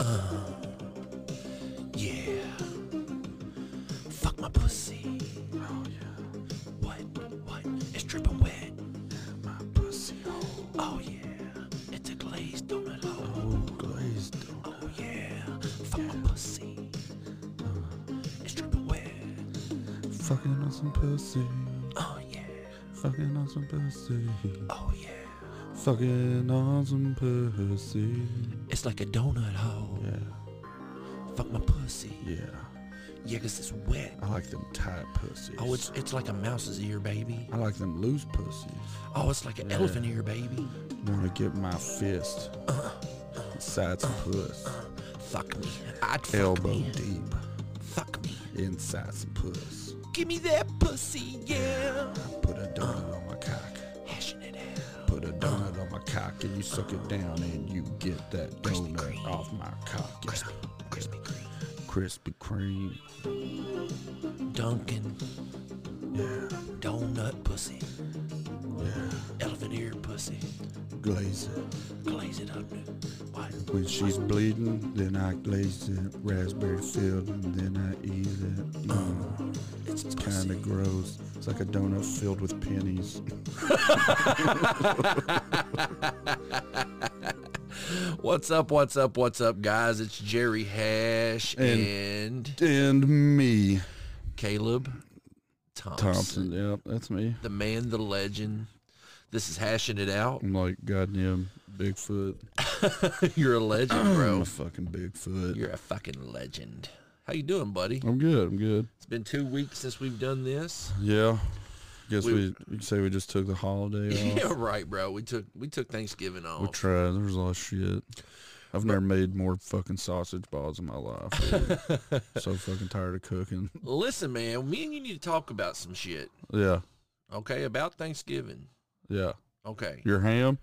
Uh, yeah. Fuck my pussy. Oh yeah, What? What? It's dripping wet. my pussy hole. Oh yeah. It's a glazed donut hole. Oh, glazed donut. Oh yeah. Fuck my pussy. Uh-huh. It's dripping wet. Fucking on some pussy. Oh yeah. Fucking on some pussy. Oh yeah. Fucking on some pussy. It's like a donut hole. Yeah, Fuck my pussy. yeah. Yeah, 'cause it's wet. I like them tight pussies. Oh, it's it's like a mouse's ear, baby. I like them loose pussies. Oh, it's like an Yeah. elephant ear, baby. Wanna get my fist inside some puss. Fuck me. I'd fuck Elbow me. deep Fuck me. inside some puss. Give me that pussy, yeah. Put a donut on my cock. Hashing it out. Put a donut on my cock and you suck it down and you get that Krispy donut Kreme. off my cock. Yeah. Crispy, crispy, cream. Krispy Kreme. Dunkin' Yeah, donut pussy. yeah. Elephant ear pussy. Glaze it. Glaze it up. What? When she's bleeding, then I glaze it. Raspberry filled and then I eat it. Mm, It's pussy. kinda gross. It's like a donut filled with pennies. What's up, what's up, what's up, guys? It's Jerry Hash and, And- And me. Caleb Thompson. Thompson. Yep, that's me. The man, the legend. This is Hashing It Out. I'm like goddamn Bigfoot. You're a legend, I'm bro. a fucking Bigfoot. You're a fucking legend. How you doing, buddy? I'm good. I'm good. It's been two weeks since we've done this. Yeah. Guess We- we, you could say we just took the holiday off. Yeah, right, bro. We took we took Thanksgiving We off. tried. There was a lot of shit. I've never made more fucking sausage balls in my life. dude. so fucking tired of cooking. Listen, man, me and you need to talk about some shit. Yeah. Okay, about Thanksgiving. Yeah. Okay. Your ham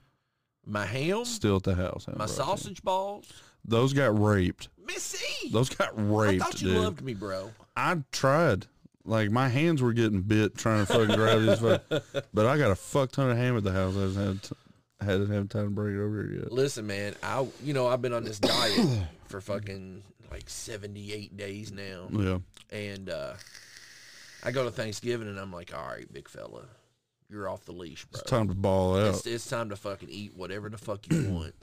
My ham, still at the house. haven't my brought it in. sausage balls. Those got raped. Missy! Those got I raped, thought you dude. loved me, bro. I tried. Like my hands were getting bit trying to fucking grab this, fuck- but I got a fuck ton of ham at the house. I just had t- hadn't had time to bring it over here yet. Listen, man, I you know, I've been on this diet for fucking like 78 days now. Yeah, And uh I go to Thanksgiving and I'm like, "All right, big fella. You're off the leash, bro." it's time to ball out. It's, it's time to fucking eat whatever the fuck you want.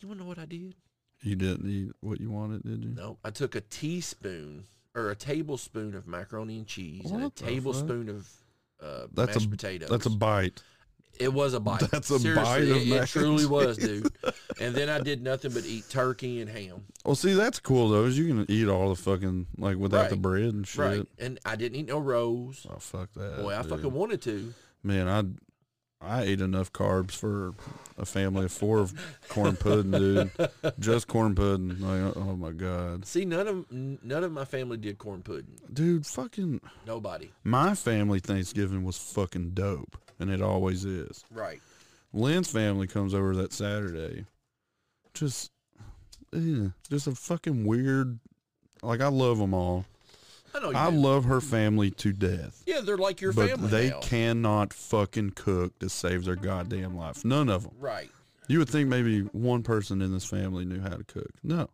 You wanna know what I did? you didn't eat what you wanted, did you? No, I took a teaspoon or a tablespoon of macaroni and cheese and a What the fuck? tablespoon of uh, That's mashed a- potatoes. That's a bite. it was a bite. that's a Seriously, bite of It, it mac and truly was, dude. And then I did nothing but eat turkey and ham. Well, see, that's cool though. Is you can eat all the fucking like without the Right. bread and shit. Right, and I didn't eat no rolls. Oh fuck that. Boy, I dude. fucking wanted to. man. I I ate enough carbs for a family of four of corn pudding, dude. Just corn pudding. Like, oh my god, See, none of n- none of my family did corn pudding. dude. Fucking Nobody. my family Thanksgiving was fucking dope, and it always is. Right. Lynn's family comes over that Saturday. Just, yeah, just a fucking weird. Like I love them all. I know you. I do. love her family to death. yeah, they're like your but family they now. cannot fucking cook to save their goddamn life. None of them. Right. You would think maybe one person in this family knew how to cook. No,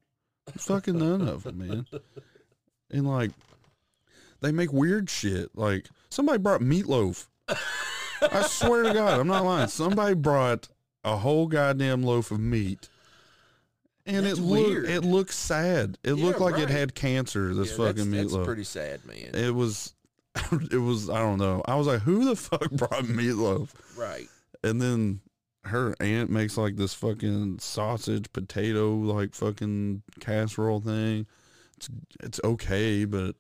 fucking none of them, man. And like, they make weird shit. Like somebody brought meatloaf. I swear to God, I'm not lying. Somebody brought a whole goddamn loaf of meat. And That's it looked weird. it looked sad. It Yeah, looked like right. it had cancer. This Yeah, fucking that's, meatloaf That's pretty sad, man. it was it was I don't know. I was like, who the fuck brought meatloaf? right. And then her aunt makes like this fucking sausage potato like fucking casserole thing. It's it's okay, but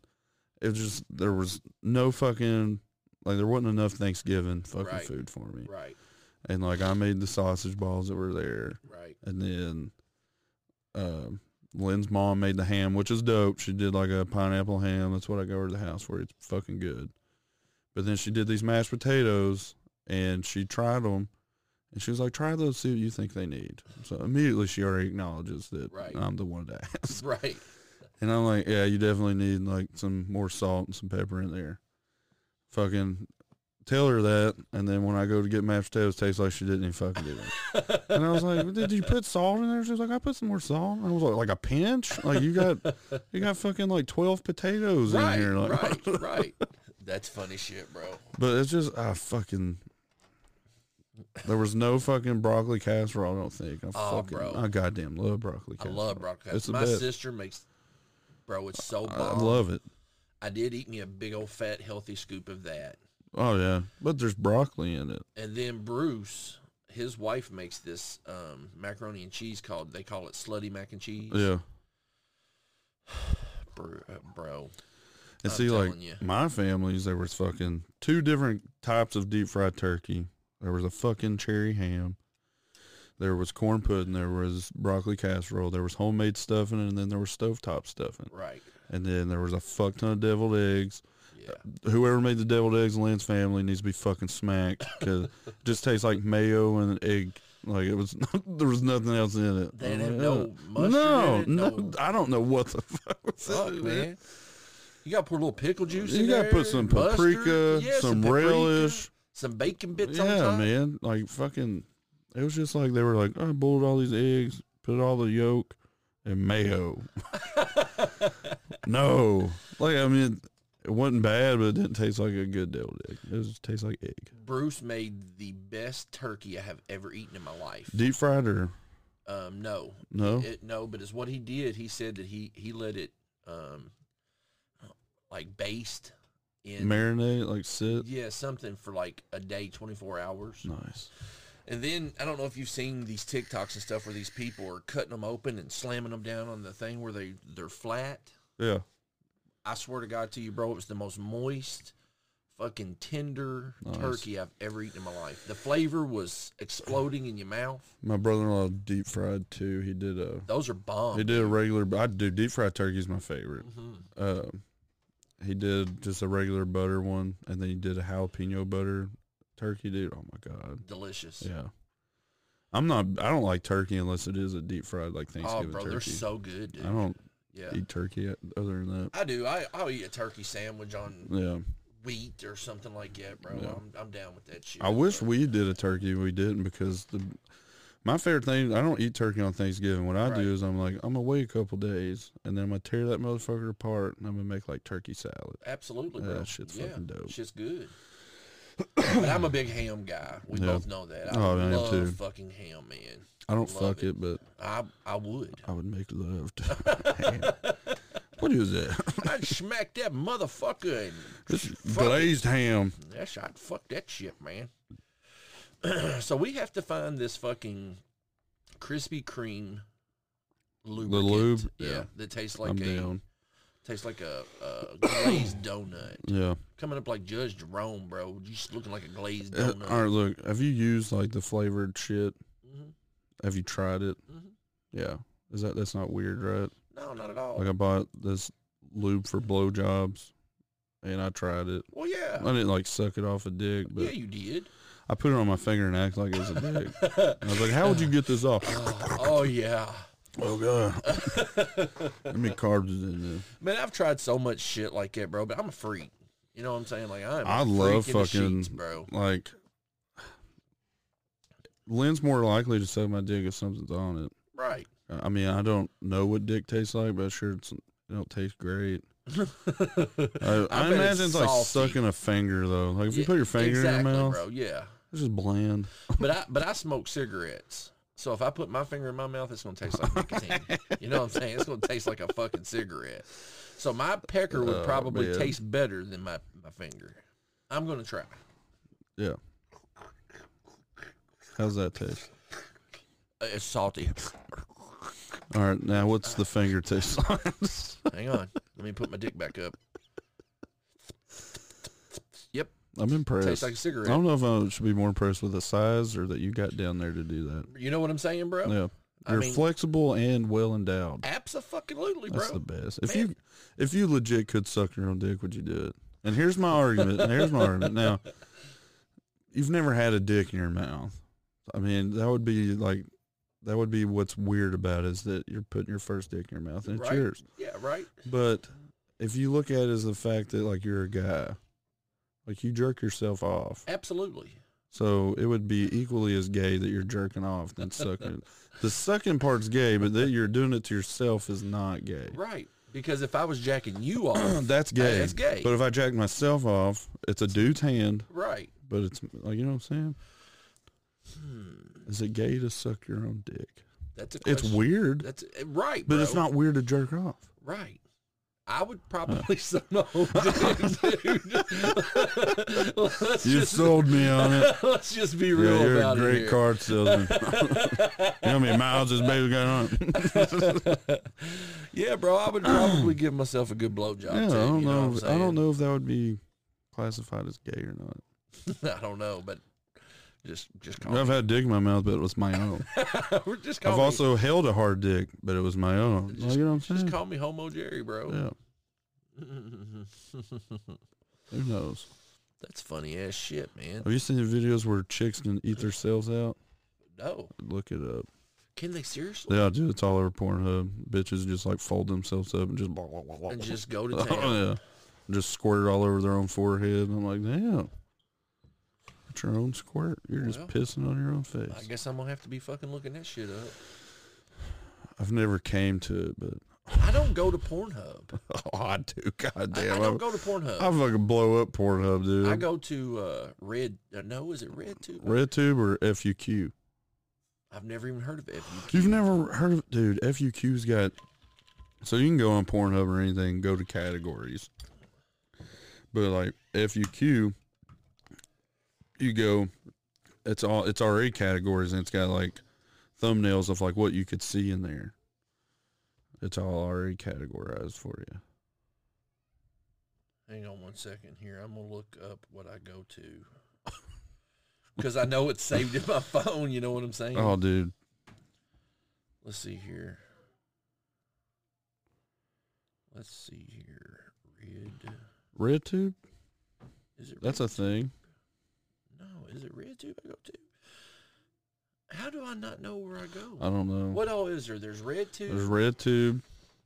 it was just there was no fucking like there wasn't enough Thanksgiving fucking Right. food for me. Right. And like I made the sausage balls that were there. Right. And then um Lynn's mom made the ham, which is dope. She did like a pineapple ham. That's what I go over to the house for. It's fucking good. But then she did these mashed potatoes and she tried them. And she was like, try those, see what you think they need. So immediately she already acknowledges that Right. I'm the one to ask. Right. And I'm like, yeah, you definitely need like some more salt and some pepper in there. Fucking tell her that, and then when I go to get mashed potatoes, it tastes like she didn't even fucking do it. and I was like, "Did you put salt in there?" She was like, "I put some more salt." And I was like, "Like a pinch? Like you got you got fucking like twelve potatoes Right, in here?" Like, right, right. That's funny shit, bro. But it's just I fucking. There was no fucking broccoli casserole. I don't think. I Oh, fucking. bro. I goddamn love broccoli I casserole. love broccoli. It's the My best. sister makes, bro, it's so I bomb. I, love it. did eat me a big old fat healthy scoop of that. Oh yeah, but there's broccoli in it. And then Bruce, his wife makes this um, macaroni and cheese called, they call it slutty mac and cheese. Yeah. Bro, uh, bro. I'm And see, like telling you. my family's, there was fucking two different types of deep fried turkey. There was a fucking cherry ham. There was corn pudding. There was broccoli casserole. There was homemade stuffing, and then there was stovetop stuffing. Right. And then there was a fuck ton of deviled eggs. Yeah. Whoever made the deviled eggs in Lynn's family needs to be fucking smacked because it just tastes like mayo and an egg. Like it was, there was nothing else in it. They I'm didn't have like, "Oh, no mustard no, in it, no, no- I don't know what the fuck was Fuck, in it. man. You got to put a little pickle juice in You gotta put there, some mustard, paprika, yeah, some paprika, relish. some bacon bits on Yeah, top. man. Like fucking, it was just like they were like, I boiled all these eggs, put all the yolk and mayo. no, like I mean, it wasn't bad, but it didn't taste like a good deviled egg. It just tastes like egg, Bruce made the best turkey I have ever eaten in my life. deep fried or Um, no, no? it, no, but it's what he did. He said that he he let it um, like baste in marinate, like sit. yeah something for like a day, twenty four hours, Nice. and then I don't know if you've seen these TikToks and stuff where these people are cutting them open and slamming them down on the thing where they they're flat. Yeah. I swear to God to you, bro, it was the most moist, fucking tender Nice. turkey I've ever eaten in my life. The flavor was exploding in your mouth. My brother-in-law deep fried too. He did a Those are bomb. he did a regular. I do deep fried turkey is my favorite. Mhm. Um, he did just a regular butter one, and then he did a jalapeno butter turkey, dude. Oh my god, Delicious. yeah. I'm not. I don't like turkey unless it is a deep fried like Oh, Thanksgiving bro, they're turkey. so good, dude. I don't yeah, eat turkey at- other than that. I do. I I'll eat a turkey sandwich on Yeah, wheat or something like that, bro. Yeah. I'm I'm down with that shit. I wish bro. we did a turkey. We didn't because the my favorite thing. I don't eat turkey on Thanksgiving. What I Right. do is I'm like I'm gonna wait a couple days, and then I'm gonna tear that motherfucker apart, and I'm gonna make like turkey salad. absolutely, Yeah, bro. shit's yeah, fucking dope. Shit's good. but I'm a big ham guy. We Yeah. both know that. I Oh, I am love too. fucking ham, man. I don't Love fuck it. it but I I would. I would make love to ham. What is that? I'd smack that motherfucker and This is glazed ham. That's I'd fuck that shit, man. so we have to find this fucking Krispy Kreme lubricant. lube? Yeah. that tastes like I'm a down. tastes like a, a glazed donut. Yeah. Coming up like Judge Jerome, bro. Just looking like a glazed Uh, donut. all right, look. Have you used like the flavored shit? Mhm, Have you tried it? mhm. Yeah. Is that that's not weird, right? No, not at all. Like I bought this lube for blowjobs, and I tried it. well, yeah, I didn't like suck it off a dick, yeah, but you did. I put it on my finger and act like it was a dick. I was like, "How would you get this off?" oh yeah, oh god. Let me carbs is in there. man. I've tried so much shit like that, bro. But I'm a freak. You know what I'm saying? Like I'm. I a love freak in the fucking- sheets, bro. like Lynn's more likely to suck my dick if something's on it. Right. I mean, I don't know what dick tastes like, but sure, it's, it don't taste great. I, I bet it's imagine it's like salty. sucking a finger though. Like if you Yeah, put your finger exactly, in your mouth, bro. Yeah, it's just bland. but I but I smoke cigarettes, so if I put my finger in my mouth, it's gonna taste like nicotine. you know what I'm saying? It's gonna taste like a fucking cigarette. So my pecker would Oh, probably man. taste better than my my finger. I'm gonna try. Yeah. How's that taste? Uh, It's salty. All right, now what's the finger taste like? Hang on, let me put my dick back up. Yep, I'm impressed. tastes like a I cigarette. don't know if I should be more impressed with the size or that you got down there to do that. You know what I'm saying, bro? Yeah, I you're mean- flexible and well endowed. Absolutely, bro. That's the best. If Man. you if you legit could suck your own dick, would you do it? And here's my argument. and here's my argument. Now, you've never had a dick in your mouth. I mean, that would be like that would be what's weird about it is that you're putting your first dick in your mouth and it's Right. yours. Yeah, right. But if you look at it as the fact that like you're a guy, Like you jerk yourself off. Absolutely. So it would be equally as gay that you're jerking off than sucking. the sucking part's gay, but that you're doing it to yourself is not gay. Right. Because if I was jacking you off, That's gay. That's gay. But if I jack myself off, it's a dude's hand, right. but it's like you know what I'm saying. Hmm. Is it gay to suck your own dick? That's a question. It's weird, That's eh, right, but bro. it's not weird to jerk off. right. I would probably so no, dude. let's, You just, sold me on it. let's just be real Yeah, you're about a great it. card salesman. you know how many miles this baby got on? here. Yeah, bro, I would probably give myself a good blowjob. Yeah, I too, don't you know. what if- I'm I don't saying? know if that would be classified as gay or not. I don't know, but just just call. I've had dick in my mouth, but it was my own. me. We're just call I've me. also held a hard dick, but it was my own. Like, Just- you know what I'm just saying? call me Homo Jerry, bro. yeah. Who knows? That's funny as shit, man. Have you seen the videos where chicks can eat their cells out? No, Look it up. can they seriously? Yeah, dude, it's all over Pornhub. Bitches just like fold themselves up and just blah, blah, blah, blah, And blah. just go to Oh, town. yeah. Just squirt it all over their own forehead. And I'm like, damn. It's your own squirt. You're just Well, pissing on your own I face. guess I'm gonna have to be fucking looking that shit up. I've never came to it, but I don't go to Pornhub. oh, I do. God I, I damn. I, don't go to Pornhub. I fucking blow up Pornhub, dude. I go to uh, Red. Uh, no, is it Red Tube? RedTube or FUQ? I've never even heard of it. If you- uh, You've never heard of, dude, FUQ's got, so you can go on Pornhub or anything, go to categories. But like FUQ, you go, it's all, it's already categories and it's got like thumbnails of like what you could see in there. It's all already categorized for you. Hang on one second here. I'm gonna look up what I go to because I know it's saved in my phone. You know what I'm saying? Oh, dude. Let's see here. Let's see here. Red. RedTube? Is it? That's a thing. no. Is it Red Tube I go to? How do I not know where I go? I don't know. what all is there? There's Red Tube. There's RedTube.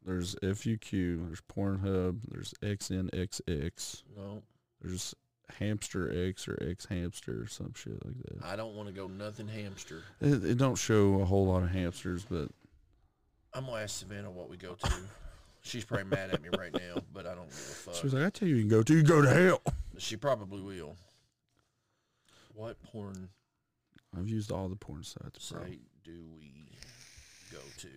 There's FUQ. There's Pornhub. There's XNXX. no, There's Hamster X or X Hamster or some shit like that. I don't want to go nothing hamster. It, it don't show a whole lot of hamsters, but I'm gonna ask Savannah what we go to. She's probably mad at me right now, but I don't give a fuck. she was like, "I tell you, you can go to, you go to hell." She probably will. What porn I've used all the porn sites. Bro. site do we go to?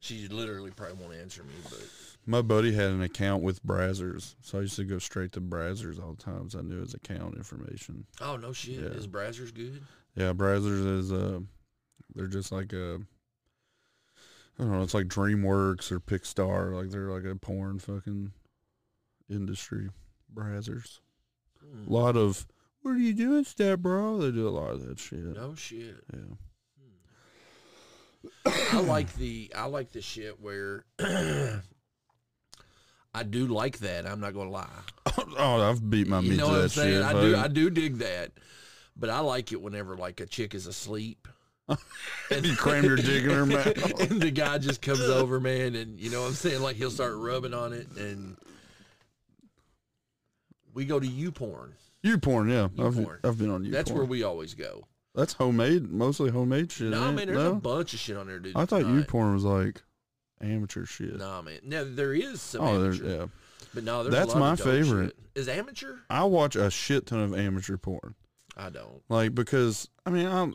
She literally probably won't answer me, but My buddy had an account with Brazzers, so I used to go straight to Brazzers all the times. I knew his account information. oh no shit, Yeah. is Brazzers good? Yeah, Brazzers is uh, they're just like a, I don't know, it's like DreamWorks or Pixar, like they're like a porn fucking industry. Brazzers, Hmm. a lot of what are you doing, step bro? They do a lot of that shit. No shit. Yeah, I like the I like the shit where I do like that. I'm not gonna lie. oh, I've beat my you meat know to what that I'm saying? shit. I do I fuck. do dig that. But I like it whenever like a chick is asleep. and You cram your dick in her mouth. and the guy just comes over, man, and you know what I'm saying? Like he'll start rubbing on it and we go to U porn. You porn, yeah. I've, porn. I've been on you. That's porn. where we always go. That's homemade, mostly homemade shit. No, ain't man, it? there's a no? bunch of shit on there, dude. I thought Not- you porn was like amateur shit. Nah, man. No, there is some oh, there's amateur, yeah. but no, there's a That's lot my of dope favorite. shit. Is amateur? I watch a shit ton of amateur porn. I don't. Like because I mean I'm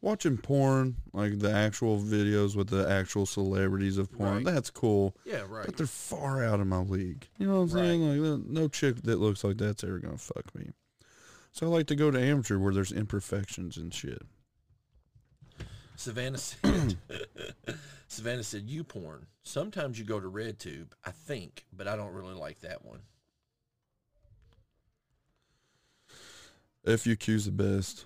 watching porn, like the actual videos with the actual celebrities of porn. Right. That's cool, Yeah, right. but they're far out of my league. You know what I'm Right. saying? Like no- no chick that looks like that's ever gonna fuck me. So I like to go to amateur where there's imperfections and shit. Savannah said, Savannah said, you porn. Sometimes you go to RedTube, I think, but I don't really like that one. FUQ's the best.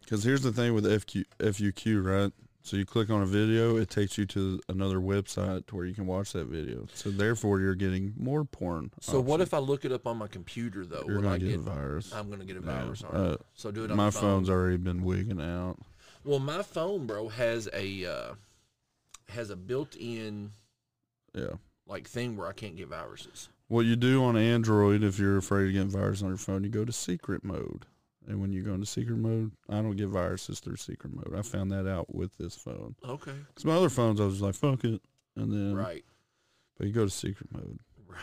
Because here's the thing with FQ, FUQ, right? So you click on a video, it takes you to another website to where you can watch that video. So therefore, you're getting more porn. So what if I look it up on my computer though? Oh, you're when gonna I get, get, a virus? I'm gonna get a Yeah, virus on uh, it. So do it on My the phone. phone's already been wigging out. Well, my phone, bro, has a uh, has a built-in Yeah. like thing where I can't get viruses. What you do on Android if you're afraid of getting viruses on your phone, you go to secret mode. And when you go into secret mode, I don't get viruses through secret mode. I found that out with this phone. Okay. Because my other phones, I was like, fuck it. And then, Right. but you go to secret mode. Right.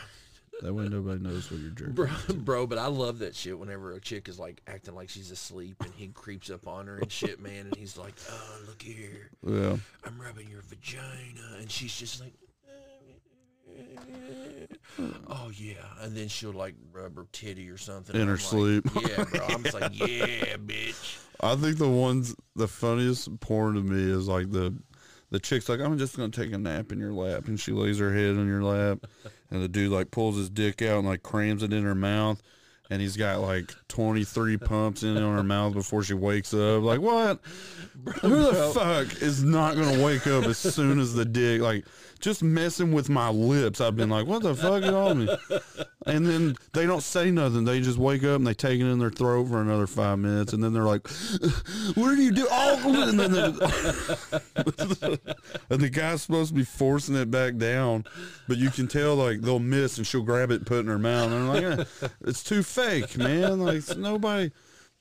That way nobody knows what you're jerking. Bro, bro, but I love that shit whenever a chick is like acting like she's asleep and he creeps up on her and shit, man, and he's like, "Oh, look here. Yeah. I'm rubbing your vagina." And she's just like Oh yeah, and then she'll like rub her titty or something. In and her I'm like, sleep. Yeah, bro. I'm just like, yeah, bitch. I think the ones, the funniest porn to me is like the, the chick's like, I'm just going to take a nap in your lap. And she lays her head on your lap. And the dude like pulls his dick out and like crams it in her mouth. And he's got like 23 pumps in on her mouth before she wakes up. Like, what? Who the fuck is not gonna wake up as soon as the dick like just messing with my lips? I've been like, what the fuck is on me? And then they don't say nothing. They just wake up and they take it in their throat for another five minutes, and then they're like, "What do you do?" Oh, and then the, and the guy's supposed to be forcing it back down, but you can tell like they'll miss, and she'll grab it, and put it in her mouth, and I'm like, "Eh, "It's too fake, man. Like it's nobody."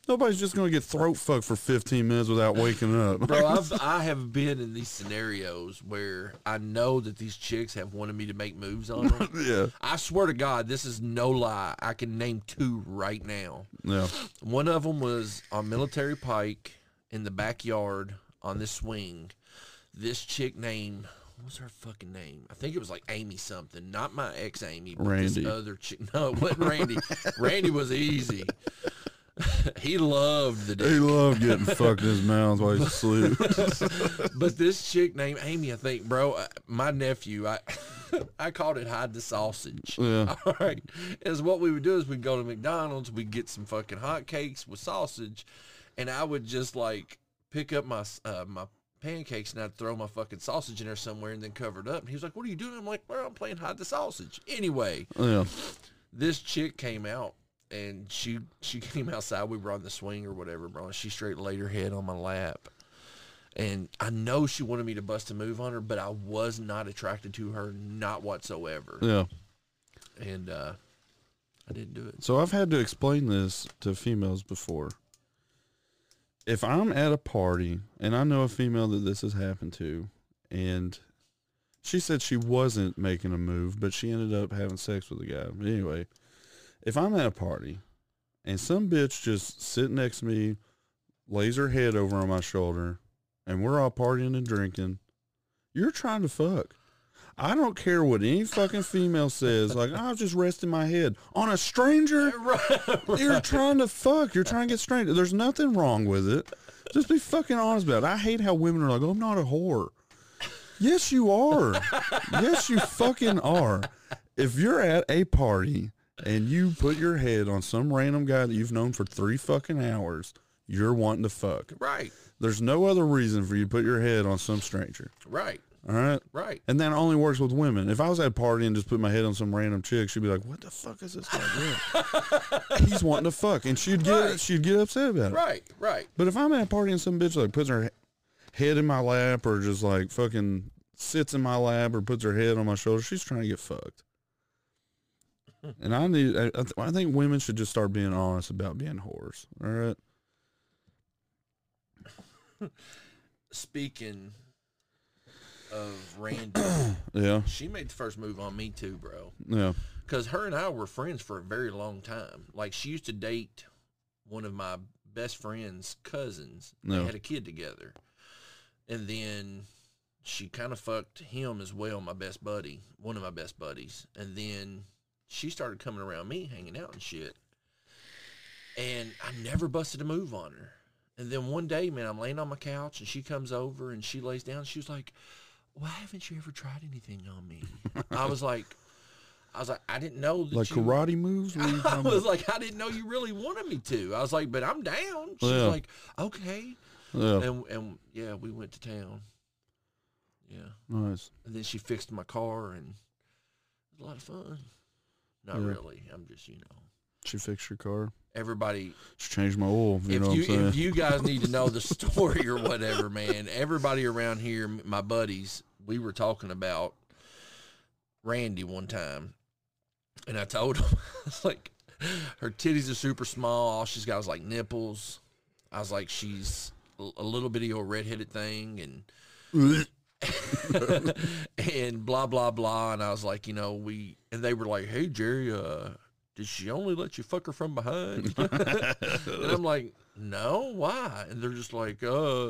Nobody's just gonna get throat fucked for 15 minutes without waking up. Bro, I've I have been in these scenarios where I know that these chicks have wanted me to make moves on them. Yeah. I swear to God, this is no lie. I can name two right now. Yeah. One of them was on Military Pike in the backyard on this swing. This chick name, what was her fucking name? I think it was like Amy something. Not my ex Amy, but Randy. this other chick. No, it wasn't Randy. Randy was easy. he loved the He dick. loved getting fucked in his mouth while he's asleep. But this chick named Amy, I think, bro, uh, my nephew, I I called it hide the sausage. Yeah. All right. Is what we would do is we'd go to McDonald's, we'd get some fucking hotcakes with sausage, and I would just like pick up my s- uh, my pancakes and I'd throw my fucking sausage in there somewhere and then cover it up. And he was like, "What are you doing?" I'm like, "Well, I'm playing hide the sausage." Anyway, Yeah. this chick came out and she she came outside. We were on the swing or whatever, bro. And she straight laid her head on my lap. And I know she wanted me to bust a move on her, but I was not attracted to her, not whatsoever. Yeah. And uh, I didn't do it. So I've had to explain this to females before. If I'm at a party and I know a female that this has happened to, and she said she wasn't making a move, but she ended up having sex with a guy. But anyway, if I'm at a party and some bitch just sitting next to me, lays her head over on my shoulder, and we're all partying and drinking, you're trying to fuck. I don't care what any fucking female says. Like, I was just resting my head on a stranger. You're trying to fuck. You're trying to get straight. There's nothing wrong with it. Just be fucking honest about it. I hate how women are like, "Oh, I'm not a whore. Yes, you are. yes, you fucking are. If you're at a party and you put your head on some random guy that you've known for three fucking hours, you're wanting to fuck. Right, There's no other reason for you to put your head on some stranger. right, All right? right. And that only works with women. If I was at a party and just put my head on some random chick, she'd be like, "What the fuck is this guy doing? He's wanting to fuck," and she'd get Right. she'd get upset about it. Right, right. But if I'm at a party and some bitch like puts her he- head in my lap or just like fucking sits in my lap or puts her head on my shoulder, she's trying to get fucked. Hmm. And I need. I, I th- I think women should just start being honest about being whores. All right. Speaking of Randy, Yeah. she made the first move on me too, bro. Yeah. Because her and I were friends for a very long time. Like, she used to date one of my best friend's cousins. No. They had a kid together. And then she kind of fucked him as well, my best buddy, one of my best buddies. And then she started coming around me, hanging out and shit. And I never busted a move on her. And then one day, man, I'm laying on my couch and she comes over and she lays down. She was like, why haven't you ever tried anything on me? I was like, I was like, I didn't know that Like you karate moves. What are you I talking was like, I didn't know you really wanted me to. I was like, but I'm down. She's Yeah. Oh. like, okay. about? Yeah. And and yeah, we went to town. Yeah. Nice. And then she fixed my car and it was a lot of fun. Not Yeah. really. I'm just, you know. She fixed your car. Everybody She changed my oil. You if know what I'm saying? you if you guys need to know the story or whatever, man, everybody around here, m- my buddies, we were talking about Randy one time, And I told him, I was like, her titties are super small. All she's got is like nipples. I was like, she's a a little bitty old redheaded thing, and and blah blah blah. And I was like, you know, we and they were like, hey Jerry, uh, did she only let you fuck her from behind? and I'm like, no, why? And they're just like, uh,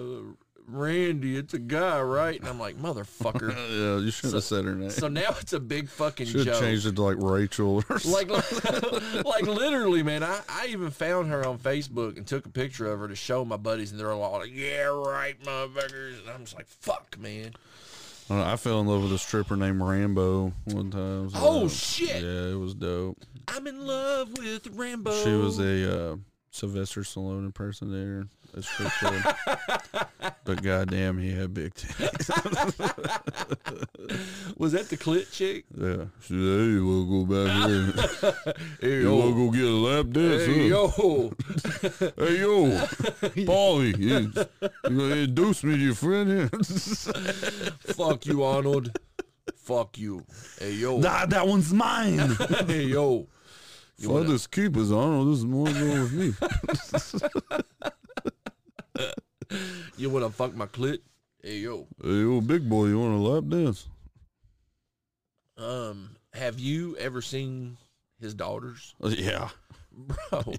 Randy, it's a guy, right? And I'm like, motherfucker. yeah, you should have said her name. so now it's a big fucking should have joke. changed it to like Rachel or something. Like, like literally, man. I, I even found her on Facebook and took a picture of her to show my buddies, and they're all like, "Yeah, right, motherfuckers." And I'm just like, "Fuck, man." I, don't know, I fell in love with a stripper named Rambo one time. It was Oh, dope. shit. Yeah, it was dope. I'm in love with Rambo. She was a Oh. uh, Sylvester Stallone impersonator. That's for sure. but goddamn, he had big titties. was that the clit chick? Yeah. She said, hey, you wanna go back here? Hey You wanna yo, go get a lap dance? hey huh? yo, Hey, yo. Polly, you, you gonna introduce me to your friend here? fuck you, Arnold. Fuck you. Hey yo, nah, that one's mine. hey yo. You wanna- Father's keepers. I don't know. This is more going with me. You wanna fuck my clit? Hey yo. Hey, yo, big boy, you want a lap dance? Um, have you ever seen his daughters, Uh, Yeah. bro?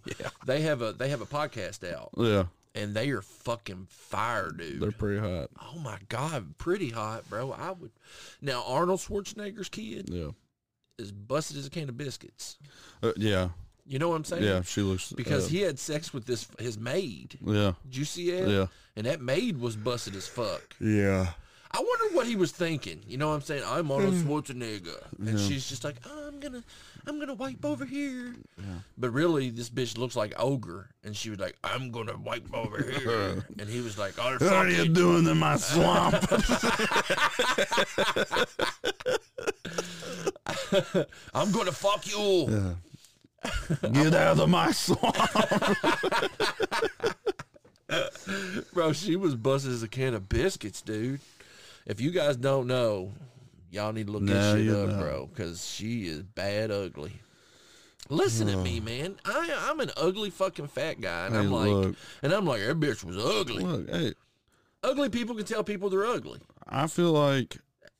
They have a they have a podcast out. Yeah. and they are fucking fire, dude. They're pretty hot. oh my god, pretty hot, bro. I would. Now Arnold Schwarzenegger's kid Yeah. is busted as a can of biscuits. Uh, yeah. You know what I'm saying? Yeah. She looks. Because uh, he had sex with this his maid. Yeah. Did you see that? Yeah. And that maid was busted as fuck. Yeah. I wonder what he was thinking. You know what I'm saying? I'm Arnold Schwarzenegger, and she's just like, oh, I'm gonna, I'm gonna wipe over here. But really, this bitch looks like ogre, and she was like, I'm gonna wipe over here, and he was like, I'll What fuck are you it. doing in my swamp? I'm gonna fuck you. Get out of my swamp. Bro, she was busted as a can of biscuits, dude. If you guys don't know, y'all need to look No, that shit you up, don't. bro, because she is bad ugly. Listen to me, man. I I'm an ugly fucking fat guy, and Hey, I'm like, look. and I'm like, that bitch was ugly. Look, hey, Ugly people can tell people they're ugly. I feel like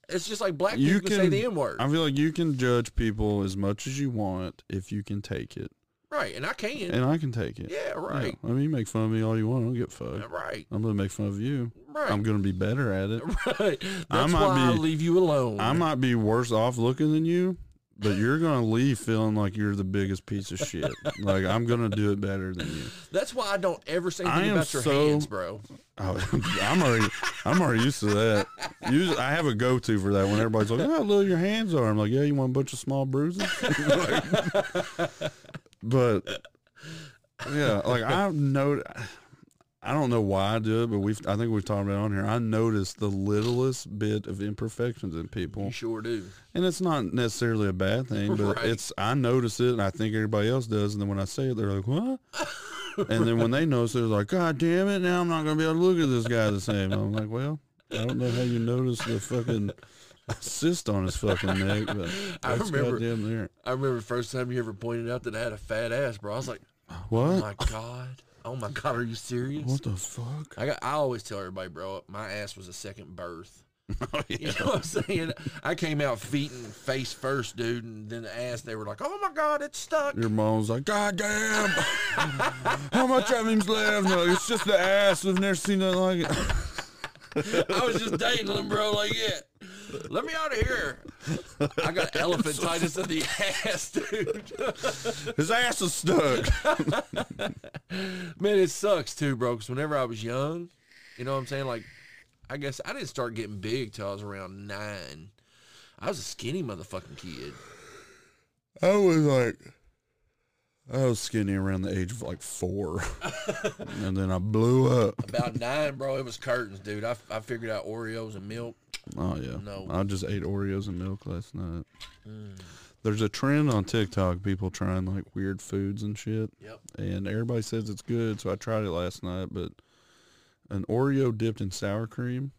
It's just like black you people can, say the N word, I feel like you can judge people as much as you want if you can take it, right? And I can, and I can take it. yeah, right, I mean, you make fun of me all you want. I don't get fucked. right, I'm gonna make fun of you. Right. I'm gonna be better at it. right. That's I might why I be- leave you alone. I might be worse off looking than you, but you're gonna leave feeling like you're the biggest piece of shit. like I'm gonna do it better than you. That's why I don't ever say I anything am about your so- hands, bro. Oh, I'm already, I'm already used to that. Usually, I have a go-to for that when everybody's like, "How little your hands are." I'm like, "Yeah, you want a bunch of small bruises?" Like, but yeah, like I know, I don't know why I do it, but we've, I think we've talked about it on here. I notice the littlest bit of imperfections in people, You sure do. and it's not necessarily a bad thing, but Right. it's I notice it, and I think everybody else does. And then when I say it, they're like, "What?" And then when they notice, they're like, "God damn it! Now I'm not gonna be able to look at this guy the same." I'm like, "Well, I don't know how you notice the fucking cyst on his fucking neck, but that's I remember- goddamn there. I remember the first time you ever pointed out that I had a fat ass, bro. I was like, oh What? my God. Oh my God, are you serious? what the fuck? I, got, I always tell everybody, bro, my ass was a second birth. You know what I'm saying? I came out feet and face first, dude, and then the ass, they were like, oh my God, it's stuck. Your mom's like, God damn! How much of him's left? No, it's just the ass. We've never seen nothing like it. I was just dangling, bro, like, yeah, let me out of here. I got elephantitis in the ass, dude. His ass is stuck. Man, it sucks too, bro. Because whenever I was young, you know what I'm saying? Like, I guess I didn't start getting big till I was around nine. I was a skinny motherfucking kid. I was like, I was skinny around the age of like four, and then I blew up. About nine, bro, it was curtains, dude. I, I figured out Oreos and milk. Oh yeah, No. Mm. I just ate Oreos and milk last night. There's a trend on TikTok, people trying like weird foods and shit, Yep. and everybody says it's good. So I tried it last night, but an Oreo dipped in sour cream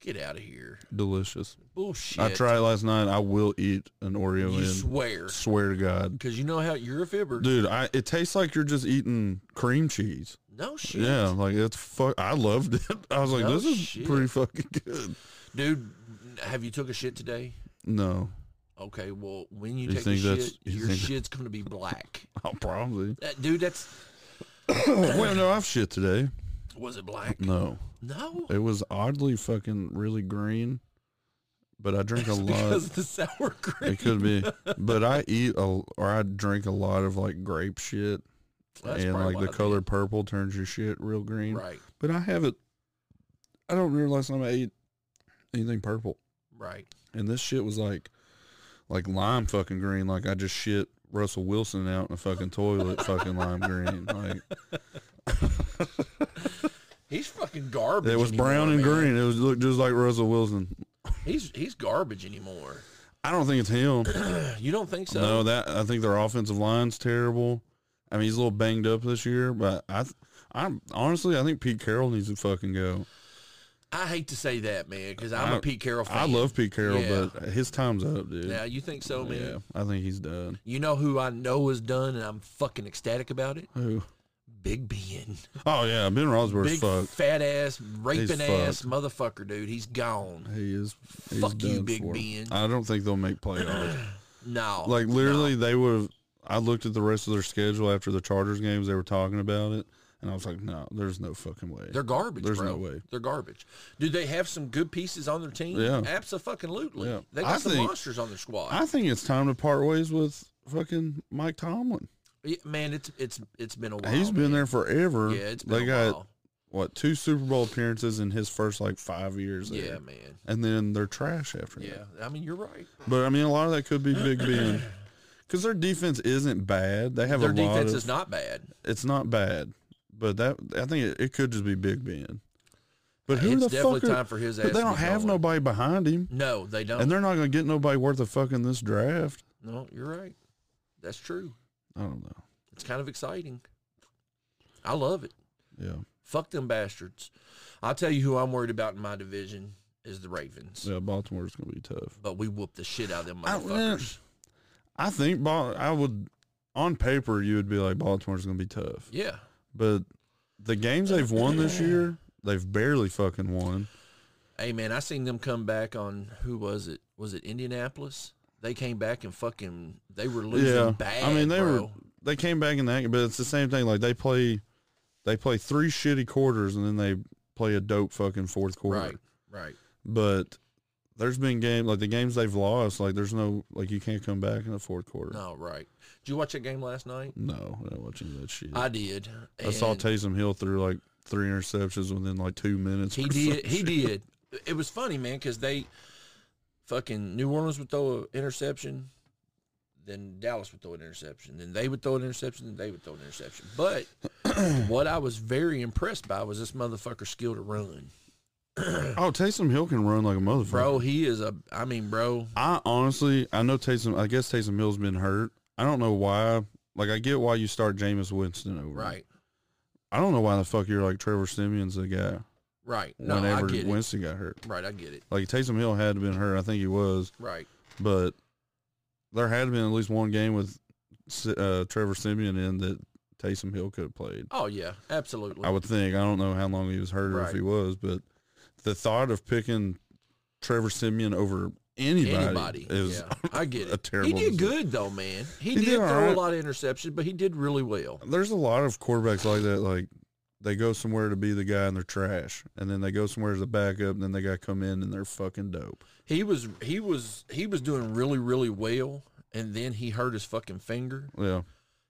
Get out of here. Delicious. Bullshit. I tried it last night. I will eat an Oreo You in. swear. Swear to God, Because you know how you're a fibber. dude. I it tastes like you're just eating cream cheese. No shit. Yeah, like it's fuck. I loved it. I was like, No this is shit. pretty fucking good. Dude, have you took a shit today? No, Okay, well, when you, You take a think that's- shit, you your think- shit's going to be black. I'll probably. That, dude, that's... Wait, no, I've shit today. Was it black? No, No. it was oddly fucking really green, but I drink a lot. Because the sour cream. It could be, but I eat a or I drink a lot of like grape shit, That's and probably like why the I did. color purple turns your shit real green. Right, But I haven't. I don't remember last time I ate anything purple. right. and this shit was like like lime fucking green like i just shit russell wilson out in a fucking toilet fucking lime green like He's fucking garbage. it was anymore, brown and man. green it was looked just like russell wilson He's he's garbage anymore. i don't think it's him You don't think so? no that i think their offensive line's terrible i mean he's a little banged up this year but i th- i'm honestly i think pete carroll needs to fucking go I hate to say that, man, because I'm a I- a Pete Carroll fan. i love pete carroll Yeah. but his time's up dude Now you think so, man? yeah i think he's done You know who I know is done, and I'm fucking ecstatic about it. Who? Big Ben, oh yeah ben rosberg's big fucked fat ass raping ass fucked. motherfucker, dude. He's gone. he is he's Fuck you, done Big for. Ben. i don't think they'll make playoffs No, Like no. literally, they would have. I looked at the rest of their schedule after the Chargers games. They were talking about it, and I was like, "No, there's no fucking way." They're garbage, There's bro. no way. They're garbage. Do they have some good pieces on their team? Yeah. Absolutely. Yeah. They got I some think- monsters on their squad. I think it's time to part ways with fucking Mike Tomlin. Yeah, man, it's it's it's been a while. He's been man. there forever. Yeah, it's been they a got while. what two Super Bowl appearances in his first like five years. There. Yeah, man. and then they're trash after Yeah. that. I mean, you're right. But I mean, a lot of that could be Big Ben because their defense isn't bad. They have Their a lot. defense of, is not bad. It's not bad, but that I think it, it could just be Big Ben. But who it's the definitely fuck are- time for his ass. But they to don't be have going. nobody behind him, No, they don't. and they're not going to get nobody worth a fuck in this draft. no, you're right. That's true. I don't know. It's kind of exciting. I love it. Yeah, Fuck them bastards. I'll tell you who I'm worried about in my division is the Ravens. yeah, Baltimore's going to be tough. But we whoop the shit out of them I- man. motherfuckers. I think Bal- I would on paper you would be like Baltimore's going to be tough, yeah. but the games they've won this year, they've barely fucking won. Hey man, I seen them come back on who was it? Was it Indianapolis? They came back and fucking they were losing yeah, bad. I mean they bro. were they came back in that, but it's the same thing. Like they play they play three shitty quarters and then they play a dope fucking fourth quarter. right, right. but there's been game like the games they've lost. Like there's no like you can't come back in the fourth quarter. No, right. Did you watch that game last night? No, I didn't watch any of that shit. I, I did. saw and Taysom Hill threw like three interceptions within like two minutes. He or did. some He shit. did. It was funny, man, because they fucking New Orleans would throw an interception, then Dallas would throw an interception, then they would throw an interception, then they would throw an interception. But what I was very impressed by was this motherfucker's skill to run, Oh, Taysom Hill can run like a motherfucker. bro. He is a. I mean, bro. I honestly, I know Taysom. I guess Taysom Hill's been hurt. I don't know why. Like I get why you start Jameis Winston over. him. Right. I don't know why the fuck you're like Trevor Simeon's the guy. Right. No, whenever I get it. Winston got hurt, Right, I get it. like Taysom Hill had to been hurt. I think he was. Right. but there had been at least one game with S- uh, Trevor Simeon in that Taysom Hill could have played. Oh yeah, absolutely. I would think. I don't know how long he was hurt or if Right. he was, but the thought of picking Trevor Simeon over anybody, Anybody. is yeah, I get a it. terrible. he did decision. good though, man. He, He did, did all throw right. a lot of interceptions, but he did really well. There's a lot of quarterbacks like that. Like they go somewhere to be the guy and they're trash, and then they go somewhere as a backup, and then they got to come in and they're fucking dope. He was he was he was doing really really well, and then he hurt his fucking finger. Yeah,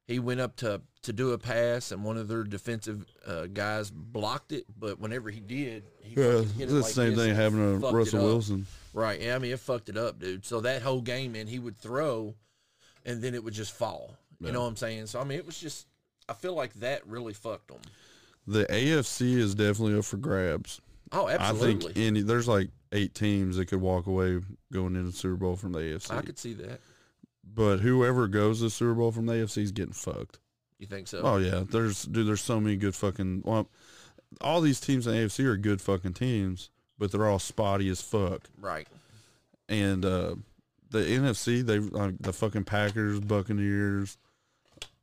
He went up to to do a pass, and one of their defensive uh, guys blocked it. But whenever he did, he yeah. fucking hit It's it the like same this thing and fucked happened to it Russell up. Wilson. Right. Yeah, I mean, it fucked it up, dude. So that whole game, man, he would throw and then it would just fall. You know what I'm saying? So, I mean, it was just, I feel like that really fucked him. The AFC is definitely up for grabs. Oh, absolutely. I, I think any there's like eight teams that could walk away going into the Super Bowl from the AFC. could see that. but whoever goes to the Super Bowl from the AFC is getting fucked. You think so? Oh yeah, there's dude. There's so many good fucking. Well, all these teams in the AFC are good fucking teams, but they're all spotty as fuck. Right. And uh, the NFC, they like the fucking Packers, Buccaneers,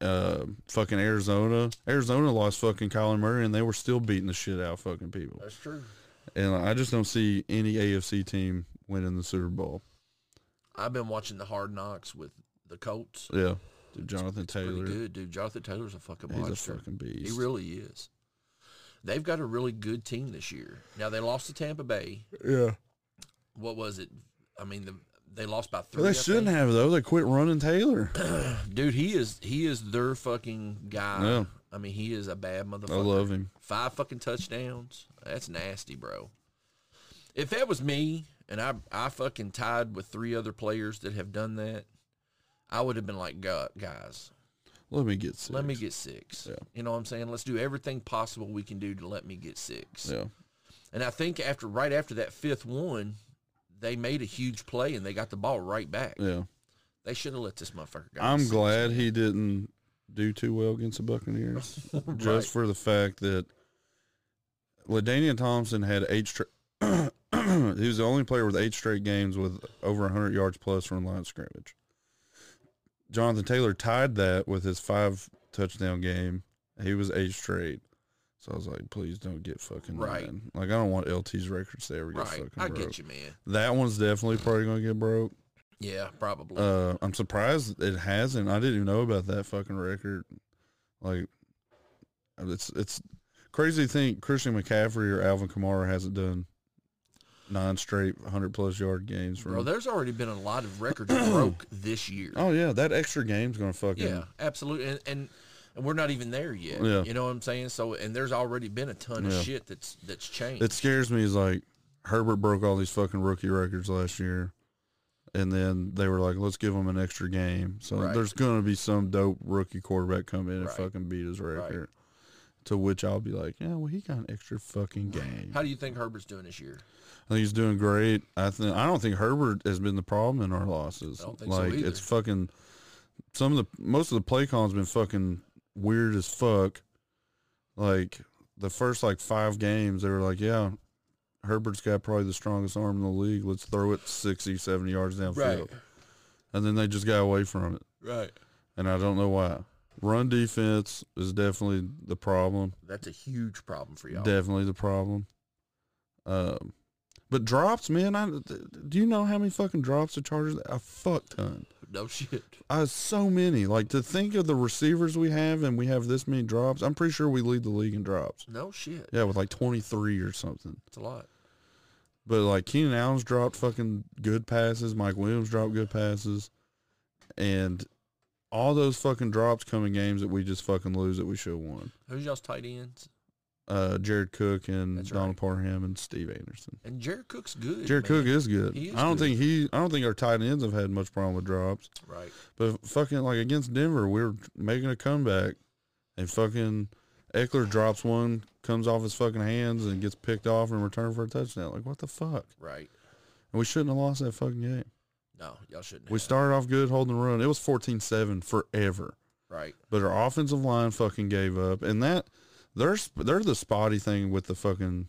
uh, fucking Arizona. Arizona lost fucking Colin Murray, and they were still beating the shit out of fucking people. That's true. And I just don't see any AFC team winning the Super Bowl. I've been watching the Hard Knocks with the Colts. Yeah, Dude, Jonathan Pretty Taylor, good, dude. Jonathan Taylor's a fucking he's a monster. fucking beast. He really is. They've got a really good team this year. Now they lost to Tampa Bay. yeah, What was it? I mean, the, they lost by three. they I shouldn't think. have though. They quit running Taylor. Dude, he is he is their fucking guy. Yeah. I mean, he is a bad motherfucker. I love him. Five fucking touchdowns. That's nasty, bro. If that was me and I I fucking tied with three other players that have done that, I would have been like, "Gu- guys, Let me get six. let me get six. Yeah. You know what I'm saying? Let's do everything possible we can do to let me get six. Yeah, And I think after right after that fifth one, they made a huge play and they got the ball right back. yeah. They should have let this motherfucker go. I'm glad he didn't do too well against the Buccaneers, Right. just for the fact that Ladainian Thompson had eight straight. he was the only player with eight straight games with over 100 yards plus from line of scrimmage. Jonathan Taylor tied that with his five touchdown game. He was eight straight. So I was like, please don't get fucking Right. nine. Like I don't want LT's records to ever get Right. fucking I broke. get you, man. That one's definitely probably gonna get broke. Yeah, probably. Uh, I'm surprised it hasn't. I didn't even know about that fucking record. Like, it's it's crazy to think Christian McCaffrey or Alvin Kamara hasn't done nine straight hundred plus yard games Bro, from. there's already been a lot of records broke this year. mm. oh yeah, that extra game's gonna fucking Yeah, absolutely. And, and and we're not even there yet. Yeah. You know what I'm saying? So and there's already been a ton Yeah. of shit that's that's changed. It scares me. Is like Herbert broke all these fucking rookie records last year, and then they were like, "Let's give him an extra game." So Right. there's gonna be some dope rookie quarterback come in and Right. fucking beat his Right. record. To which I'll be like, "Yeah, well, he got an extra fucking game." How do you think Herbert's doing this year? I think he's doing great. I think I don't think Herbert has been the problem in our losses. I don't think so like either. it's fucking some of the most of the play calling's been fucking weird as fuck. Like the first like five games, they were like, yeah, Herbert's got probably the strongest arm in the league. Let's throw it 60, 70 yards downfield, and then they just got away from it. Right. And I don't know why. Run defense is definitely the problem. That's a huge problem for y'all. Definitely the problem. Um, but drops, man. I do you know how many fucking drops the Chargers? A fuck ton. no shit. Uh, so many. Like to think of the receivers we have, and we have this many drops. I'm pretty sure we lead the league in drops. No shit. Yeah, with like 23 or something. It's a lot. But like Keenan Allen's dropped fucking good passes. Mike Williams dropped good passes, and all those fucking drops come in games that we just fucking lose that we should have won. Who's y'all's tight ends? Uh, Jared Cook and That's Donald right. Parham and Steve Anderson. And Jared Cook's good. Jared man. Cook is good. He is I don't good. think he. I don't think our tight ends have had much problem with drops. Right. But fucking like against Denver, we were making a comeback, and fucking Eckler drops one, comes off his fucking hands, and gets picked off and returned for a touchdown. Like what the fuck? Right. And we shouldn't have lost that fucking game. No, y'all shouldn't. We have. started off good, holding the run. It was 14-7 forever. Right. But our offensive line fucking gave up, and that they're sp- they're the spotty thing with the fucking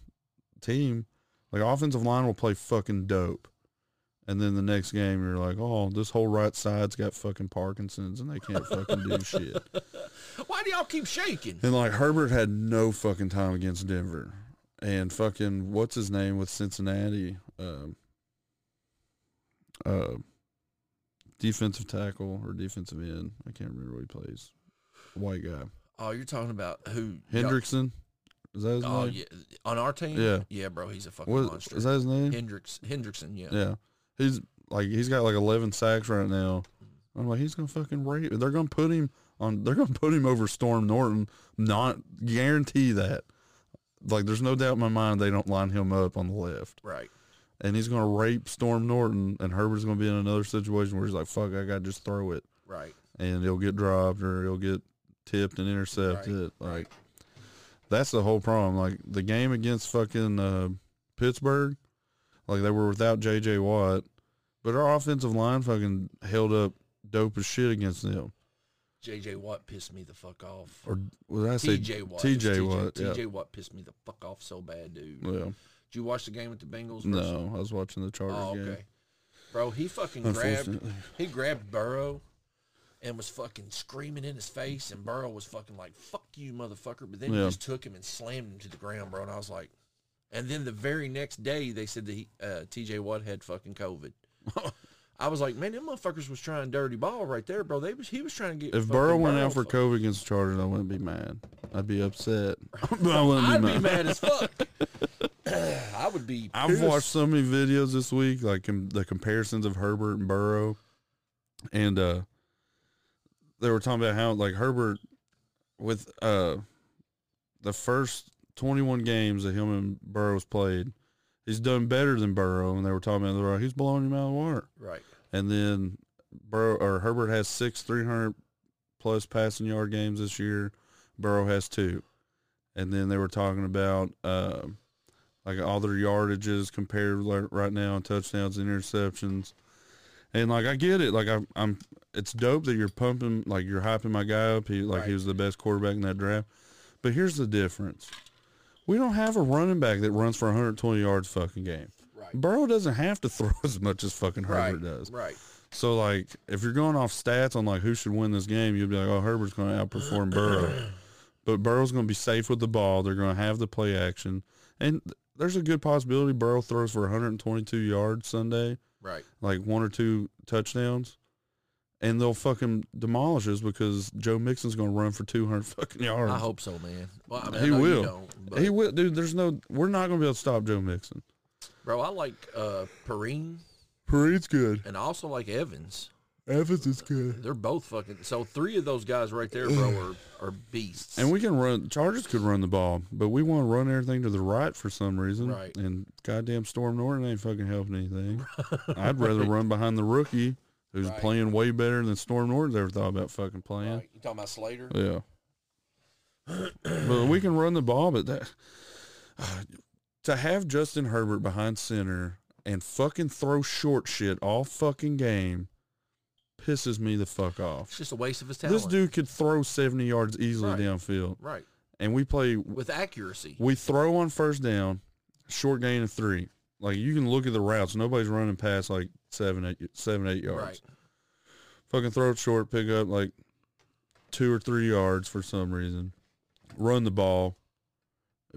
team. Like offensive line will play fucking dope, and then the next game you're like, oh, this whole right side's got fucking Parkinson's and they can't fucking do shit. Why do y'all keep shaking? And like Herbert had no fucking time against Denver, and fucking what's his name with Cincinnati, um, uh, defensive tackle or defensive end. I can't remember what he plays. White guy. Oh, you're talking about who? y'all- Hendrickson. Is that his Oh name? yeah, on our team. Yeah. Yeah, bro, he's a fucking What, monster. is that his name? Hendricks Hendrickson. Yeah. yeah. He's like he's got like eleven sacks right now. I'm like he's gonna fucking rape. They're gonna put him on. They're gonna put him over Storm Norton. Not guarantee that. Like there's no doubt in my mind they don't line him up on the left, Right. and he's gonna rape Storm Norton, and Herbert's gonna be in another situation where he's like, "Fuck, I gotta just throw it." Right. and he'll get dropped or he'll get tipped and intercepted. Right, Like that's the whole problem. Like the game against fucking uh, Pittsburgh, like they were without J.J. Watt, but our offensive line fucking held up dope as shit against them. J.J. Watt pissed me the fuck off. Or was I say T.J. Watt. T.J. It was Watt? T.J. Yeah. Watt pissed me the fuck off so bad, dude. yeah, Did you watch the game with the Bengals? versus- No, I was watching the Chargers Oh, game. okay. Bro, he fucking grabbed Unfortunately, he grabbed Burrow and was fucking screaming in his face, and Burrow was fucking like, "Fuck you, motherfucker!" But then he Yeah. just took him and slammed him to the ground, bro. And I was like, and then the very next day they said that he, uh, T.J. Watt had fucking COVID. I was like, man, them motherfuckers was trying dirty ball right there, bro. They was he was trying to get if fucking Burrow went out for fucking- COVID against the Chargers, I wouldn't be mad. I'd be upset, but I wouldn't be I'd mad. be mad as fuck. I would be. I've pissed. watched so many videos this week, like com- the comparisons of Herbert and Burrow, and uh, they were talking about how like Herbert with uh, the first twenty-one games that him and Burrow's played, he's done better than Burrow, and they were talking about they're like, he's blowing him out of the water, right. and then Burrow or Herbert has six three hundred plus passing yard games this year, Burrow has two, and then they were talking about. Uh, like all their yardages compared li- right now on touchdowns and interceptions. And like I get it, like I'm, I'm it's dope that you're pumping, like you're hyping my guy up. He like Right. he was the best quarterback in that draft. But here's the difference: we don't have a running back that runs for 120 yards fucking game. Right. Burrow doesn't have to throw as much as fucking Right. Herbert does. Right. So like, if you're going off stats on like who should win this game, you'd be like, oh, Herbert's going to outperform Burrow, but Burrow's going to be safe with the ball. They're going to have the play action, and th- there's a good possibility Burrow throws for 122 yards Sunday, Right. like one or two touchdowns, and they'll fucking demolish us because Joe Mixon's going to run for 200 fucking yards. I hope so, man. Well, I mean, I He know you will. don't, but- he will, dude. There's no, we're not going to be able to stop Joe Mixon. Bro, I like uh, Perrine Parade's good. and I also like Evans. Evans is good. They're both fucking. So three of those guys right there, bro, are, are beasts. And we can run. Chargers could run the ball, but we want to run everything to the right for some reason. Right. And goddamn Storm Norton ain't fucking helping anything. I'd rather run behind the rookie who's Right. playing way better than Storm Norton's ever thought about fucking playing. Right, you talking about Slater? Yeah. but we can run the ball, but that to have Justin Herbert behind center and fucking throw short shit all fucking game pisses me the fuck off. It's just a waste of his talent. This dude could throw 70 yards easily Right. downfield. Right. And we play With accuracy. we throw on first down, short gain of three. Like you can look at the routes. Nobody's running past like seven, eight, seven, eight yards. Right. Fucking throw it short, pick up like two or three yards for some reason. Run the ball,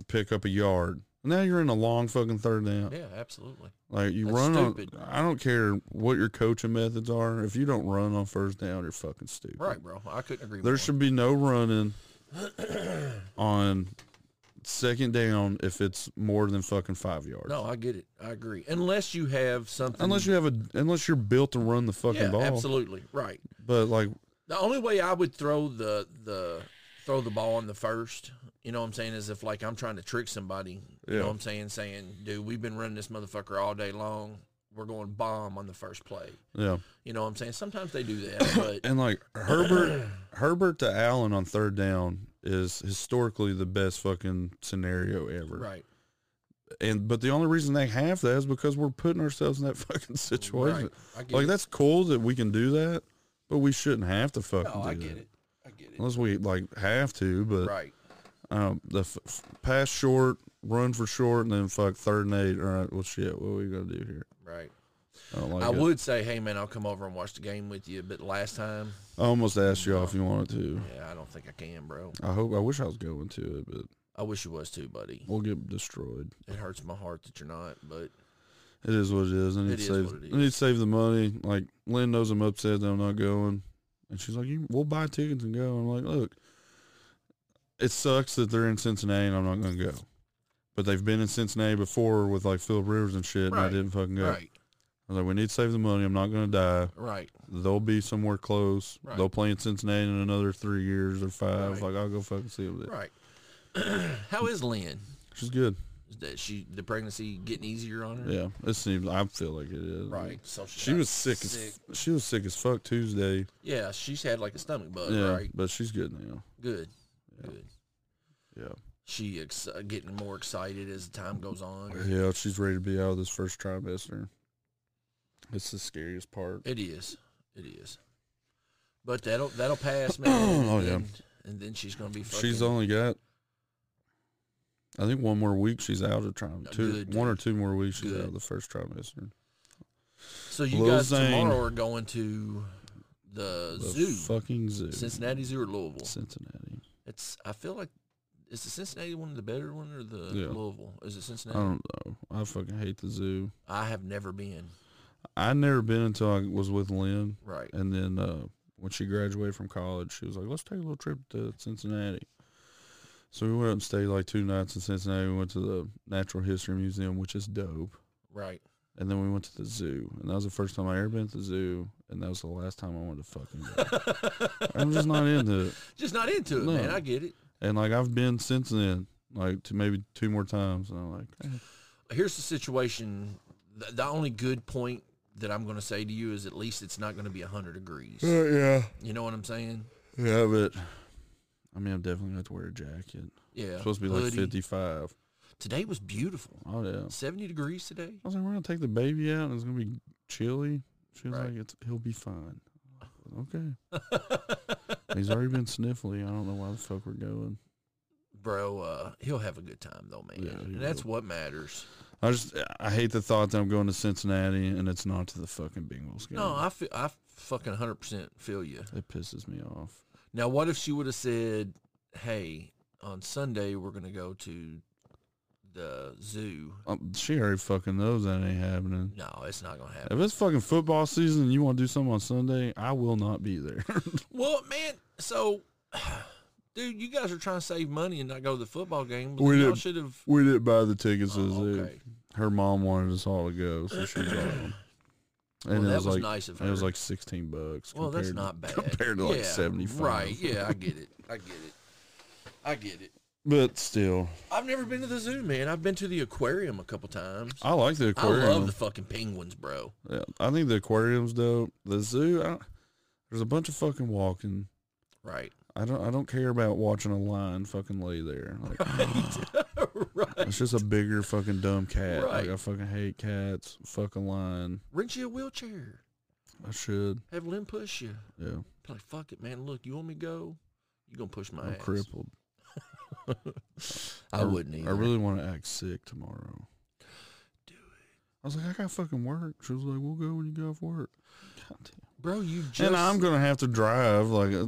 pick up a yard. Now you're in a long fucking third down. Yeah, absolutely. Like you That's run stupid. on. I don't care what your coaching methods are. If you don't run on first down, you're fucking stupid. Right, bro. I couldn't agree There more. should be no running on second down if it's more than fucking five yards. No, I get it. I agree. Unless you have something. Unless you have a unless you're built to run the fucking yeah, ball. absolutely. Right. But like The only way I would throw the the throw the ball in the first, you know what I'm saying, is if like I'm trying to trick somebody. You know Yeah. what I'm saying? Saying, dude, we've been running this motherfucker all day long. We're going bomb on the first play. yeah. You know what I'm saying? Sometimes they do that, but And like Herbert Herbert to Allen on third down is historically the best fucking scenario ever. right. And but the only reason they have that is because we're putting ourselves in that fucking situation. Right. I get Like it. that's cool that we can do that, but we shouldn't have to fucking No, do I that. get it. I get it. Unless we like have to, but Right. um, the f- f- pass short, run for short, and then fuck third and eight. All right, well shit, what are we gonna do here? Right. I don't like I it. would say, hey man, I'll come over and watch the game with you, but last time, I almost asked y'all if you wanted to. yeah, I don't think I can, bro. I hope. I wish I was going to it, but I wish you was too, buddy. we'll get destroyed. It hurts my heart that you're not, but It is what it is. I need It to is save. what it I need to save the money. Like Lynn knows I'm upset that I'm not going, and she's like, you, "We'll buy tickets and go." I'm like, "Look, it sucks that they're in Cincinnati and I'm not going to go." But they've been in Cincinnati before with like Philip Rivers and shit, and I Right. didn't fucking go. right, I was like, "We need to save the money. I'm not going to die." right, they'll be somewhere close. Right. They'll play in Cincinnati in another three years or Right. five. Like I'll go fucking see them. right. How is Lynn? She's good. Is that she the pregnancy getting easier on her? Yeah, it seems. I feel like it is. Right. So She got was sick, as she was sick as fuck Tuesday. Yeah, she's had like a stomach bug. yeah, Uh, Right. but she's good now. Good. Good. Yeah, She ex- uh, getting more excited as time goes on. yeah, she's ready to be out of this first trimester. It's the scariest part. It is. It is. But that'll that'll pass, man. Oh, and yeah. then- And then she's gonna be. Fucking, She's only got I think one more week she's out of trimester. Oh, Two, good, one or two more weeks she's Good. out of the first trimester. So you Lil guys Zane. tomorrow are going to the, The zoo, fucking zoo, Cincinnati Zoo or Louisville. Cincinnati. It's I feel like is the Cincinnati one the better one or the Yeah. Louisville? Is it I Cincinnati? don't know. I fucking hate the zoo. I have never been. I'd never been until I was with Lynn, Right. and then uh, when she graduated from college, she was like, "Let's take a little trip to Cincinnati." So we went up and stayed like two nights in Cincinnati. We went to the Natural History Museum, which is dope, Right. and then we went to the zoo, and that was the first time I ever been to the zoo, and that was the last time I wanted to fucking go. I'm just not into it. Just not into it, No. man. I get it. And like I've been since then, like to maybe two more times, and I'm like, eh, Here's the situation. The, the only good point that I'm going to say to you is at least it's not going to be 100 degrees. uh, yeah, You know what I'm saying? yeah, but I mean, I'm definitely gonna have to wear a jacket. Yeah. It's supposed to be like hoodie. 55. Today was beautiful. Oh yeah. 70 degrees today. I was like, we're gonna take the baby out, and it's gonna be chilly. She was Right. like, it's, he'll be fine. Okay. He's already been sniffly. I don't know why the fuck we're going. Bro, uh, he'll have a good time though, man. Yeah, he and that's what matters. I just, I hate the thought that I'm going to Cincinnati and it's not to the fucking Bengals game. No, I feel, I fucking 100% feel you. it pisses me off. Now, what if she would have said, "Hey, on Sunday we're going to go to the zoo." Um, she already fucking knows that ain't happening. No, it's not going to happen. If it's fucking football season and you want to do something on Sunday, I will not be there. Well, man, so dude, you guys are trying to save money and not go to the football game. But We y'all didn't. should have. we didn't buy the tickets to the Oh, zoo. okay. Her mom wanted us all to go, so she bought 'em. Well, And it that was was like nice of her. It was like sixteen bucks. well, that's compared- not bad compared to like Yeah, seventy five. Right? Yeah, I get it. I get it. I get it. But still, I've never been to the zoo, man. I've been to the aquarium a couple times. I like the Oh, aquarium. I love the fucking penguins, bro. Yeah, I think the aquarium's dope. The zoo, I, there's a bunch of fucking walking. Right? I don't. I don't care about watching a lion fucking lay there. Like, right. It's just a bigger fucking dumb cat. Right. Like I fucking hate cats. Fucking lion. Rent you a wheelchair. I should. Have Lynn push you. Yeah. Be like, fuck it, man. Look, you want me to go? You gonna push my I'm ass? crippled. I wouldn't either. I really want to act sick tomorrow. Do it. I was like, I got fucking work. She was like, we'll go when you get off work. God damn. bro. You just and I'm gonna have to drive. Like uh,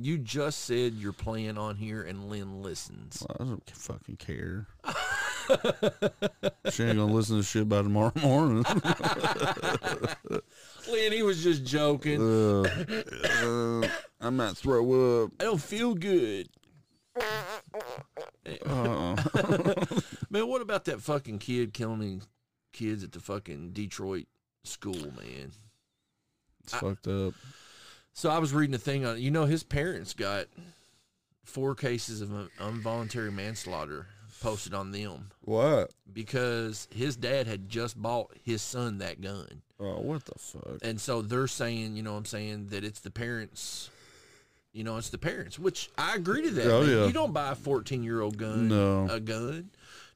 you just said you're playing on here, and Lynn listens. I don't fucking care. she ain't gonna listen to shit by tomorrow morning. Lynn, he was just joking. uh, uh, I might throw up. I don't feel good, Uh, man. What about that fucking kid killing these kids at the fucking Detroit school, man? it's fucked up. So I was reading a thing on. You know, his parents got four cases of un- involuntary manslaughter posted on them What? because his dad had just bought his son that gun. Oh, what the fuck? And so they're saying, you know what I'm saying, that it's the parents, you know, it's the parents, which I agree to that. Oh, man. yeah. You don't buy a 14 year old gun, No. a gun.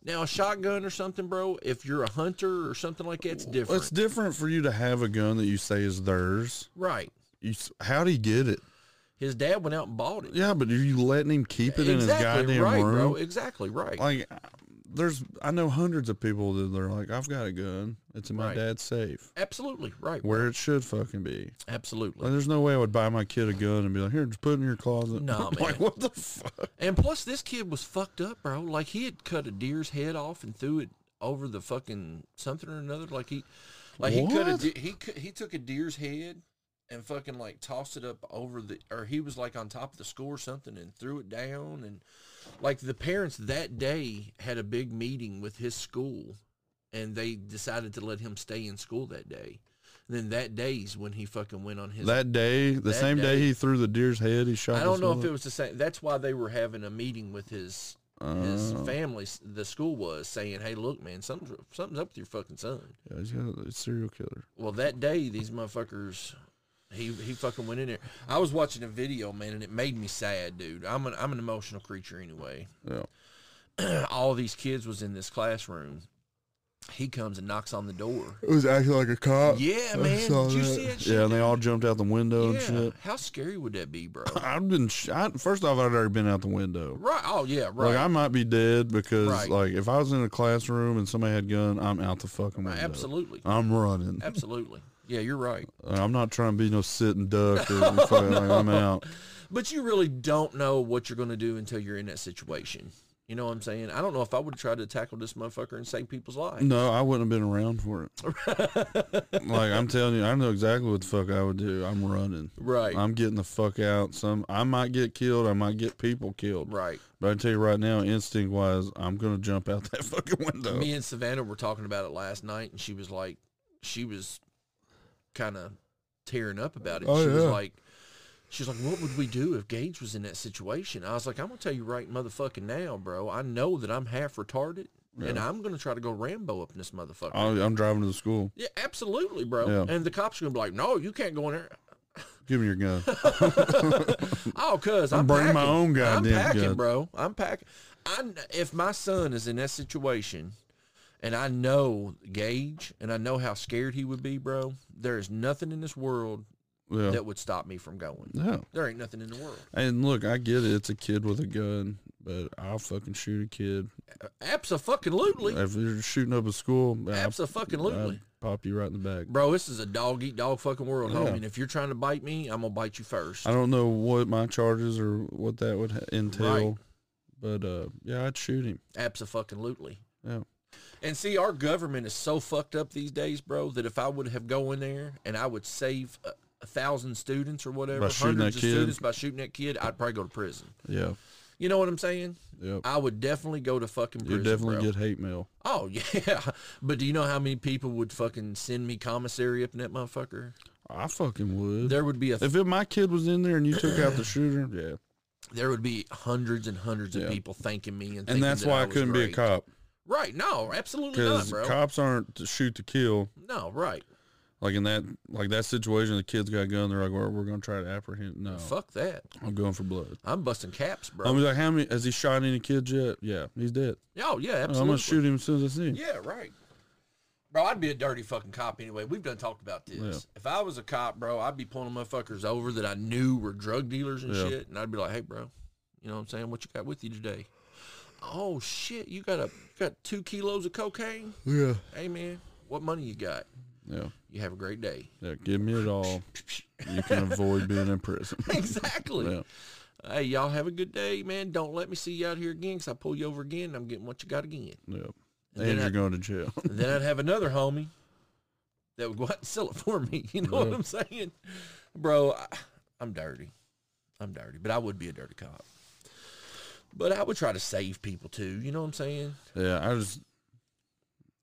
Now, a shotgun or something, bro, if you're a hunter or something like that, it's different. It's different for you to have a gun that you say is theirs. right. You, s- how'd he get it? His dad went out and bought it. Yeah, but are you letting him keep it in his exactly goddamn right, room? bro. Exactly right. Like, there's, I know hundreds of people that they're like, I've got a gun. It's in my Right. dad's safe, Absolutely right. where it should fucking be. Like, Absolutely. there's no way I would buy my kid a gun and be like, here, just put it in your closet. No, like, man. what the fuck? And plus, this kid was fucked up, bro. Like he had cut a deer's head off and threw it over the fucking something or another. Like he, like he cut a What? de- he cut- he took a deer's head and fucking like tossed it up over the or he was like on top of the school or something and threw it down and like the parents that day had a big meeting with his school and they decided to let him stay in school that day. And then that day's when he fucking went on his That day, the That same day. day- he threw the deer's head, he shot. I don't know if it was the same. That's why they were having a meeting with his his Oh. family. s- The school was saying, "Hey, look, man, something's something's up with your fucking son." Yeah, he's got a serial killer. Well, that day, these motherfuckers, he he fucking went in there. I was watching a video, man, and it made me sad, dude. I'm an I'm an emotional creature anyway. Yeah. All these kids was in this classroom, He comes and knocks on the door. It was acting like a cop. Yeah, Oh. I man. saw Did you that. see that shit? Yeah, and they all jumped out the window Yeah. and shit. How scary would that be, bro? I've been. Sh- I, first off, I'd already been out the window. right. Oh yeah. Right. Like I might be dead because Right. like if I was in a classroom and somebody had a gun, I'm out the fucking window. Absolutely. I'm running. Absolutely. Yeah, you're right. I'm not trying to be no sitting duck or fucking, like, I'm out. But you really don't know what you're going to do until you're in that situation. You know what I'm saying? I don't know if I would have tried to tackle this motherfucker and save people's lives. No, I wouldn't have been around for it. like I'm telling you, I know exactly what the fuck I would do. I'm running. Right. I'm getting the fuck out. Some I might get killed. I might get people killed. right. But I tell you right now, instinct wise, I'm gonna jump out that fucking window. Me and Savannah were talking about it last night, and she was like, she was kind of tearing up about it. Oh, she was yeah. like, she's like, what would we do if Gage was in that situation? I was like, I'm gonna tell you right, motherfucking now, bro. I know that I'm half retarded, and I'm gonna try to go Rambo up in this motherfucker. I, I'm driving to the school. yeah, absolutely, bro. Uh, Yeah. And the cops are gonna be like, no, you can't go in there. Give me your gun. Oh, cuz I'm, I'm bringing my packing. own goddamn I'm packing, gun. bro. I'm packing. I kn- if my son is in that situation, and I know Gage, and I know how scared he would be, bro. There is nothing in this world Yeah. that would stop me from going. Yeah. There ain't nothing in the world. And look, I get it. It's a kid with a gun, but I'll fucking shoot a kid. Absolutely, If you're shooting up a school, I'll, I'll absolutely, pop you right in the back. bro. This is a dog eat dog fucking world, Yeah. homie. And if you're trying to bite me, I'm gonna bite you first. I don't know what my charges or what that would ha- entail, but uh, yeah, I'd shoot him. Absolutely. Yeah. And see, our government is so fucked up these days, bro, that if I would have go in there and I would save a, a thousand students or whatever, By shooting hundreds that of kid. students by shooting that kid, I'd probably go to prison. Yeah. You know what I'm saying? Yep. I would definitely go to fucking prison. You definitely bro. get hate mail. Oh yeah, but do you know how many people would fucking send me commissary up in that motherfucker? I fucking would. There would be a if it, my kid was in there and you took out the shooter, yeah. there would be hundreds and hundreds Yeah. of people thanking me and thinking And that's that why I, was couldn't be a great. cop Right? No, absolutely not, because bro. cops aren't to shoot to kill. no, right? Like in that, like that situation, the kid's got a gun. They're like, "We're, we're gonna try to apprehend." No, Fuck that. I'm going for blood. I'm busting caps, bro. I'm like, "How many? Has he shot any kids yet?" Yeah, he's dead. Oh yeah, absolutely. I'm gonna shoot him as soon as I see him. Yeah, right. Bro, I'd be a dirty fucking cop anyway. We've done talked about this. Yeah. If I was a cop, bro, I'd be pulling motherfuckers over that I knew were drug dealers and Yeah. shit, and I'd be like, "Hey, bro, you know what I'm saying? What you got with you today? Oh shit, you got a you got two kilos of cocaine? Yeah, Hey man, what money you got? yeah, You have a great day. yeah. Give me it all. You can avoid being in prison. exactly. Yeah. Hey, y'all have a good day, man. Don't let me see you out here again, cause I pull you over again, and I'm getting what you got again. Yeah, And and then you're I- going to jail. And then I'd have another homie that would go out and sell it for me. You know what Yeah. I'm saying? Bro, I, I'm dirty. I'm dirty, but I would be a dirty cop. But I would try to save people too. You know what I'm saying? Yeah, I just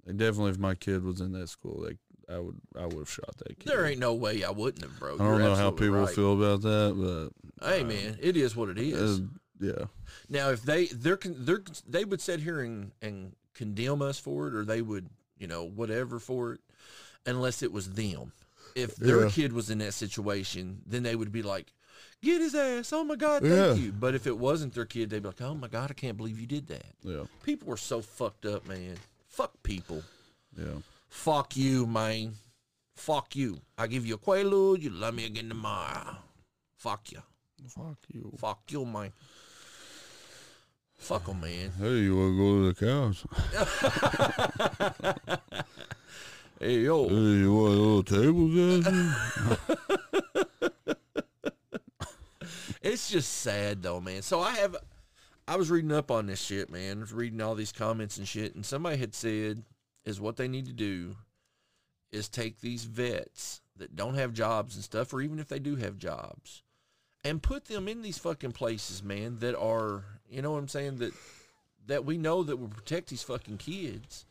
and definitely if my kid was in that school, like I would, I would have shot that kid. There ain't no way I wouldn't have, bro. I You're don't know how absolutely people right. feel about that, Hey, man, it is what it but is. uh, yeah, now, if they they're, con- they're con- they would sit here and, and condemn us for it, or they would you know whatever for it, unless it was them. If their Yeah. kid was in that situation, then they would be like, "Get his ass! Oh my God, thank Yeah. you!" But if it wasn't their kid, they'd be like, "Oh my God, I can't believe you did that." yeah, People were so fucked up, man. Fuck people. yeah. Fuck you, man. Fuck you. I give you a quaalude. You love me again tomorrow. Fuck you. Fuck you. Fuck you, man. Fuck 'em, man. Hey, you wanna go to the cows? Hey yo. Hey, you want a little table dancing? It's just sad though, man. So I have, I was reading up on this shit, man. I was reading all these comments and shit, and somebody had said is what they need to do is take these vets that don't have jobs and stuff, or even if they do have jobs, and put them in these fucking places, man, that are, you know what I'm saying, that that we know that will protect these fucking kids,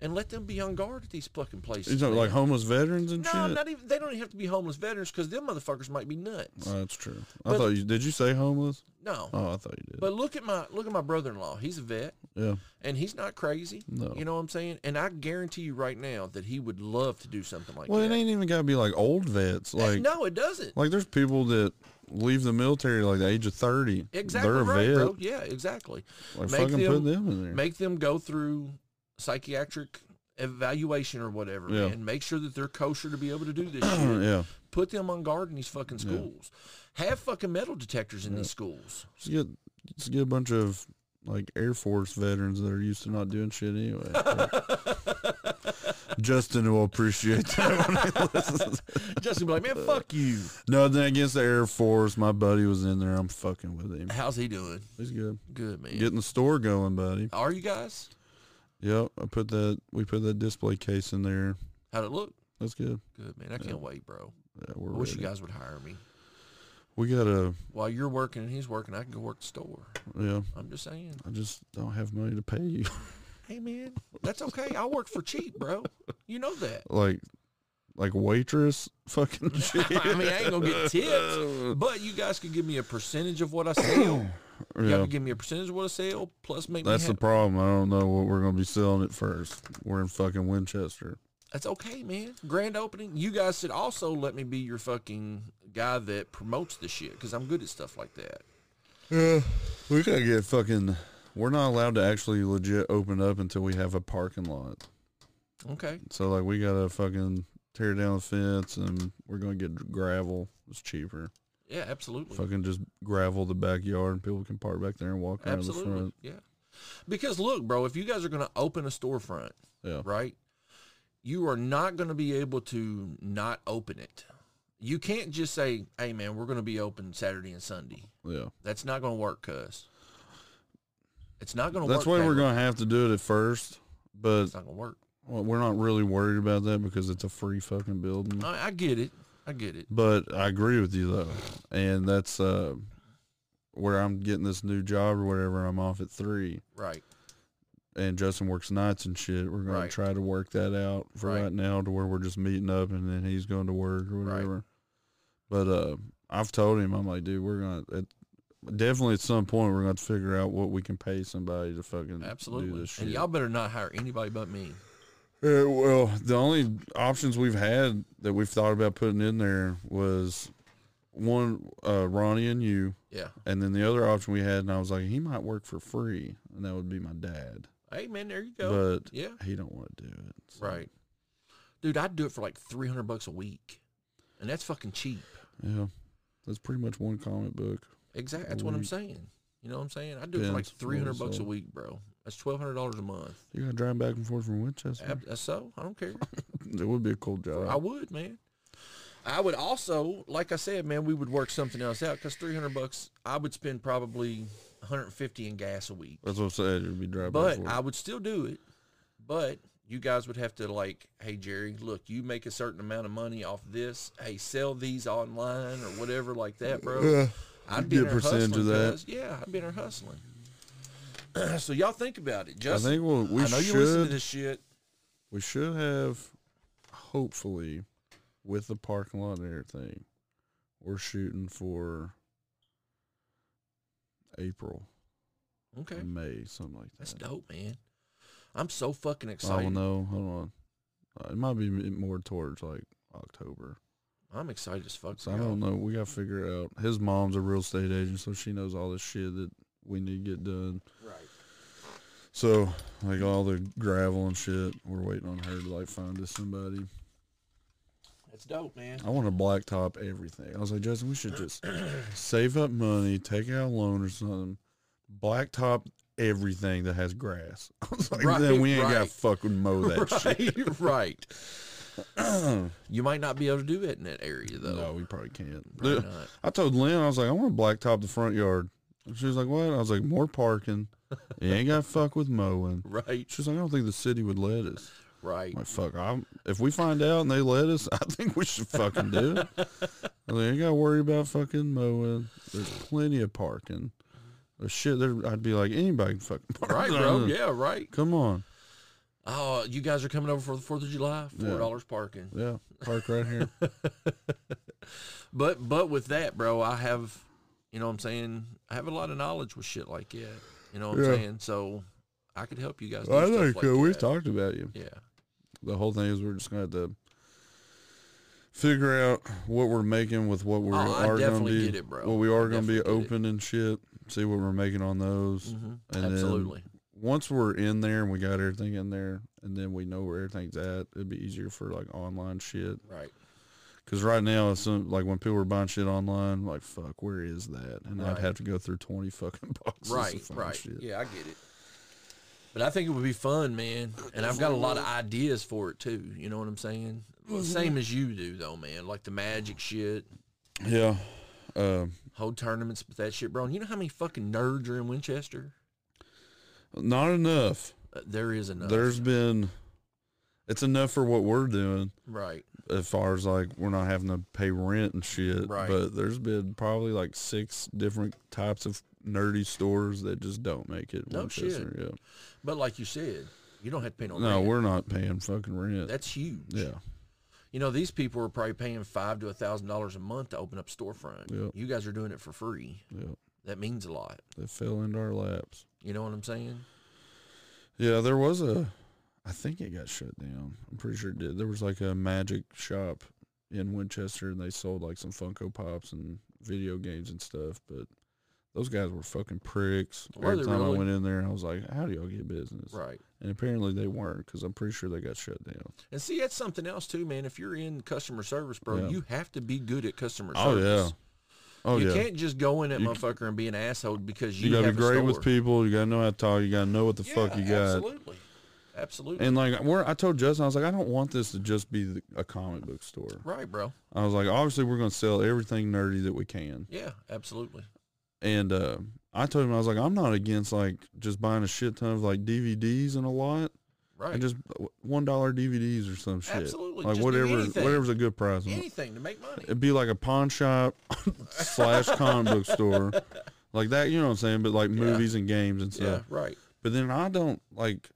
and let them be on guard at these fucking places. He's not man. like homeless veterans and no, shit. not even. They don't even have to be homeless veterans because them motherfuckers might be nuts. Oh, that's true. I But- thought you did. You say homeless? no, Oh, I thought you did. But look at my look at my brother in law. He's a vet yeah, and he's not crazy. No. You know what I'm saying? And I guarantee you right now that he would love to do something like Well, that. it ain't even got to be like old vets. Like, no, it doesn't. like there's people that leave the military like the age of thirty. Exactly they're a right, vet. bro. Yeah, exactly. Like, Make fucking them- put them in there. Make them go through psychiatric evaluation or whatever, Yeah. man. Make sure that they're kosher to be able to do this shit. yeah. Put them on guard in these fucking Yeah. schools. Have fucking metal detectors in these schools. Just get just get a bunch of like Air Force veterans that are used to not doing shit anyway. Justin will appreciate that. One. Justin be like, Uh, man, fuck you. Nothing against the Air Force. My buddy was in there. I'm fucking with him. How's he doing? He's good. Good man. Getting the store going, buddy. Are you guys? Yep. I put that. We put that display case in there. How'd it look? That's good. Good man. I can't wait, bro. Yeah, we're I wish you ready. guys would hire me. We got a. While you're working and he's working, I can go work the store. Yeah. I'm just saying. I just don't have money to pay you. Hey man, that's okay. I work for cheap, bro. You know that. like, like waitress fucking shit. I mean, I ain't gonna get tips, but you guys could give me a percentage of what I sell. Y'all Yeah. could give me a percentage of what I sell, plus make That's me. the Happy. problem. I don't know what we're gonna be selling at first. We're in fucking Winchester. that's okay, man. Grand opening. You guys should also let me be your fucking guy that promotes the shit because I'm good at stuff like that. Yeah. We gotta get fucking. We're not allowed to actually legit open up until we have a parking lot. Okay, So like we gotta fucking tear down the fence and we're gonna get gravel. It's cheaper. yeah, absolutely, Fucking just gravel the backyard and people can park back there and walk around the absolutely, front. yeah. Because look, bro, if you guys are gonna open a storefront, Yeah. right? You are not going to be able to not open it. You can't just say, "Hey, man, we're going to be open Saturday and Sunday." Yeah. That's not going to work, cuz. It's not going to work. That's why we're Taylor. gonna have to do it at first. But It's not going to work. well, we're not really worried about that because it's a free fucking building. I, I get it. I get it. But I agree with you though, and that's uh, where I'm getting this new job or whatever. I'm off at three, Right. and Justin works nights and shit. We're gonna Right. try to work that out for Right. right. now to where we're just meeting up, and then he's going to work or Right. whatever. But uh, I've told him I'm like, dude, we're gonna at, definitely at some point we're gonna have to figure out what we can pay somebody to fucking do Absolutely. this shit. And y'all better not hire anybody but me. Uh, well, the only options we've had that we've thought about putting in there was one uh, Ronnie and you. Yeah. And then the other option we had, and I was like, he might work for free, and that would be my dad. Hey, man, there you go. But yeah. he don't want to do it. so- Right. Dude, I'd do it for like 300 bucks a week. And that's fucking cheap. Yeah. That's pretty much one comic book. Exactly. That's what I'm week. saying. You know what I'm saying? I'd do it for like Depends on what 300 it's bucks a on. week, bro. That's $1,200 a month. You gotta drive back and forth from Winchester. Ab- uh, So I don't care. It would be a cool job. I would, man. I would also, like I said, man, we would work something else out because three hundred bucks, I would spend probably one hundred and fifty in gas a week, That's what I said. It would be drive back but and I forth. would still do it. But you guys would have to like, hey Jerry, look, you make a certain amount of money off this. Hey, sell these online or whatever like that, bro. Yeah. I'd You be in get a there percentage of hustling, that. cuz. Yeah, I'd be in there hustling. so y'all think about it, I Justin. think we'll, we I know you listen to should this shit. we should have hopefully with the parking lot and everything, we're shooting for April, Okay, May, something like that. that's dope, man. I'm so fucking I excited. don't know. Hold on. Uh, it might be m- more towards like October. I'm excited as fuck. So for I y'all. don't know. We got to figure it out. His mom's a real estate agent, so she knows all this shit that we need to get done. Right. So like all the gravel and shit, we're waiting on her to like find us somebody. That's dope, man. I want to blacktop everything. I was like, Justin, we should just save up money, take out a loan or something, blacktop everything that has grass. I was like, Right, then we ain't got right. to fucking mow that shit. Right, right. You might not be able to do it in that area though. No, we probably can't. Probably The- not. I told Lynn, I was like, I want to blacktop the front yard. And she was like, what? I was like, more parking. You ain't got to fuck with mowing. Right, She was like, I don't think the city would let us. right. I'm like, fuck, I'm, if we find out and they let us, I think we should fucking do it. I was like, ain't got to worry about fucking mowing. There's plenty of parking. There's shit, there, I'd be like, anybody can fucking park. Right, down bro. there. Yeah, right. Come on. Oh, you guys are coming over for the Fourth of July. Four Yeah. dollars parking. Yeah, park right here. But but with that, bro, I have, you know, what I'm saying, I have a lot of knowledge with shit like that. You know what Yeah. I'm saying? So I could help you guys. Do I stuff think like uh, we've that. talked about you. Yeah, the whole thing is we're just gonna have to figure out what we're making with what we're Oh, I are gonna definitely be get it, bro. what we are I gonna be definitely get it. open and shit. See what we're making on those, Mhm. and absolutely. then once we're in there and we got everything in there, and then we know where everything's at, it'd be easier for like online shit. Right. Because right now, it's some, like when people are buying shit online, like fuck, where is that? And Right. I'd have to go through twenty fucking boxes. to Right. find Right. shit. Yeah, I get it. But I think it would be fun, man. And I've got a lot of ideas for it too. You know what I'm saying? Same as you do, though, man. Like the magic shit, Yeah. Um, whole tournaments, but that shit, bro. And you know how many fucking nerds are in Winchester? not enough. Uh, there is enough. There's been. It's enough for what we're doing right. as far as like we're not having to pay rent and shit. Right. But there's been probably like six different types of nerdy stores that just don't make it. No Oh, Winchester, Yeah. But like you said, you don't have to pay no. No, rent. we're not paying fucking rent. that's huge. yeah. You know, these people are probably paying five to a thousand dollars a month to open up storefront. Yep. You guys are doing it for free. Yeah. That means a lot. That fell into our laps. You know what I'm saying? Yeah, there was a. I think it got shut down. I'm pretty sure it did. There was like a magic shop in Winchester, and they sold like some Funko Pops and video games and stuff. But those guys were fucking pricks. Were Every they time really? I went in there, I was like, "How do y'all get business?" Right. And apparently they weren't, because I'm pretty sure they got shut down. And see, that's something else too, man. If you're in customer service, bro, Yeah. you have to be good at customer Oh yeah, service. oh you yeah. can't just go in that You c- motherfucker and be an asshole because you you, gotta have be a great store. with people. You gotta know how to talk. You gotta know what the Yeah, fuck you got. Absolutely. Absolutely. And like, where I told Justin, I was like, I don't want this to just be the, a comic book store. right, bro. I was like, obviously, we're going to sell everything nerdy that we can. Yeah, absolutely. And uh, I told him, I was like, I'm not against like just buying a shit ton of like DVDs and a lot, Right. and just uh, one dollar DVDs or some shit, Absolutely, like just do whatever, anything. whatever's a good price. on it. Anything to make money. It'd be like a pawn shop slash comic book store, like that. You know what I'm saying? But like movies and games and yeah, stuff. right. But then I don't like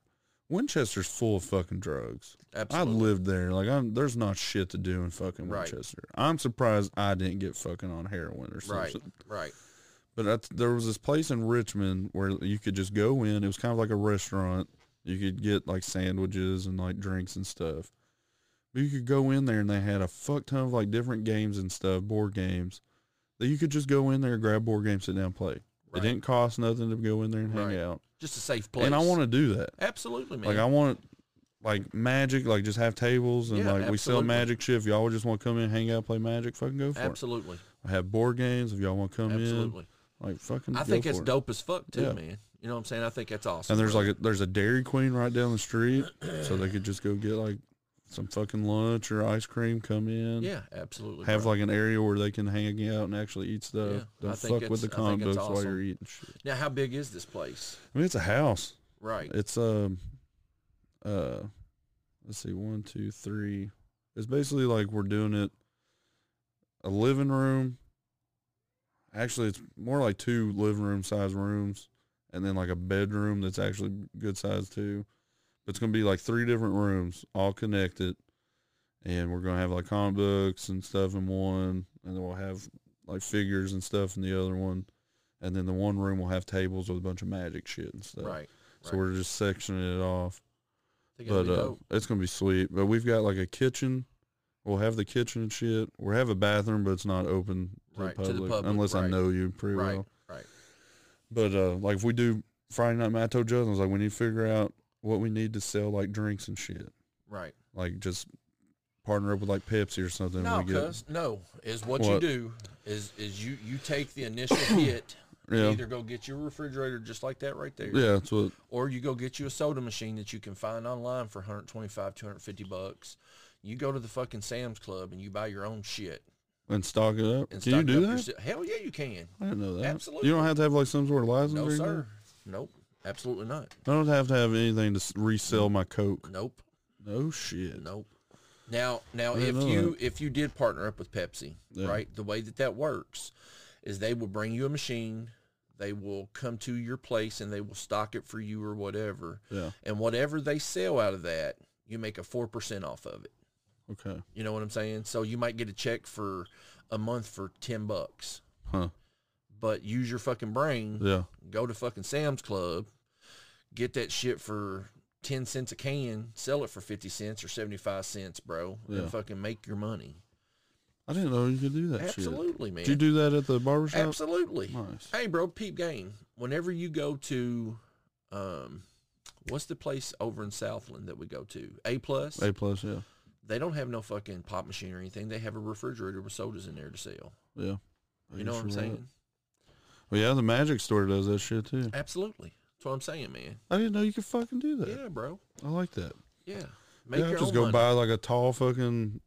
Winchester's full of fucking drugs. Absolutely. I lived there. Like, I'm, there's not shit to do in fucking Right. Winchester. I'm surprised I didn't get fucking on heroin or Right. something. Right. But that's, there was this place in Richmond where you could just go in. It was kind of like a restaurant. You could get like sandwiches and like drinks and stuff. But you could go in there and they had a fuck ton of like different games and stuff, board games that you could just go in there, grab board games, sit down, play. Right. It didn't cost nothing to go in there and hang Right. out. Just a safe place. And I want to do that. Absolutely, man. Like I want like magic, like just have tables and Yeah, like we sell absolutely. magic shit. If y'all just want to come in, hang out, play magic, fucking go for absolutely. it. I have board games if y'all want to come Absolutely. in, like fucking. I go think that's for it. dope as fuck too, Yeah. man. You know what I'm saying? I think that's awesome. And there's bro. like a, there's a Dairy Queen right down the street, so they could just go get like some fucking lunch or ice cream, come in. yeah, absolutely. Have bro. like an area where they can hang out and actually eat stuff. Yeah, I Don't think fuck with the it's- I think comic it's books while awesome. you're eating shit. now, how big is this place? I mean, it's a house. Right. It's um uh let's see, one, two, three. It's basically like we're doing it a living room. Actually it's more like two living room size rooms and then like a bedroom that's actually good size too. But it's gonna be like three different rooms, all connected. And we're gonna have like comic books and stuff in one and then we'll have like figures and stuff in the other one. And then the one room will have tables with a bunch of magic shit and stuff. Right. So Right. we're just sectioning it off. I think it'd But be uh, dope. it's gonna be sweet. But we've got like a kitchen. We'll have the kitchen and shit. We'll have a bathroom, but it's not open to, Right, the, to the public, public, unless I right. know you pretty right. well. Right. But uh, like if we do Friday night, man, I told Justin, I was like, we need to figure out what we need to sell, like drinks and shit. Right. Like just partner up with like Pepsi or something. No, when we get cuz no is what, you What? do is is you you take the initial hit. You yeah, Either go get your refrigerator just like that right there, yeah. That's what or you go get you a soda machine that you can find online for 125, 250 bucks. You go to the fucking Sam's Club and you buy your own shit. and stock it up. And Can you stock do up that? yourse- Hell yeah, you can. I didn't know that. Absolutely. You don't have to have like some sort of license. No, or anything? sir. Nope. Absolutely not. I don't have to have anything to s- resell my Coke. Nope. No shit. Nope. Now, now, if didn't know you if you did partner up with Pepsi, Yeah. right? The way that that works is they will bring you a machine. They will come to your place and they will stock it for you or whatever. Yeah. And whatever they sell out of that, you make a four percent off of it. Okay. You know what I'm saying? So you might get a check for a month for ten bucks, Huh. Hmm. but use your fucking brain. Yeah. go to fucking Sam's Club, get that shit for ten cents a can, sell it for fifty cents or seventy five cents, bro, Yeah. and fucking make your money. I didn't know you could do that shit. Absolutely, man. Did you do that at the barbershop? Absolutely. Nice. Hey, bro, peep game. Whenever you go to, um, What's the place over in Southland that we go to? A plus. A plus, yeah, They don't have no fucking pop machine or anything. They have a refrigerator with sodas in there to sell. yeah. You know what I'm You're right. saying? Well, yeah, the magic store does that shit too. Absolutely. That's what I'm saying, man. I didn't know you could fucking do that. Yeah, bro. I like that. Yeah. Make yeah, your just own go money. buy like a tall fucking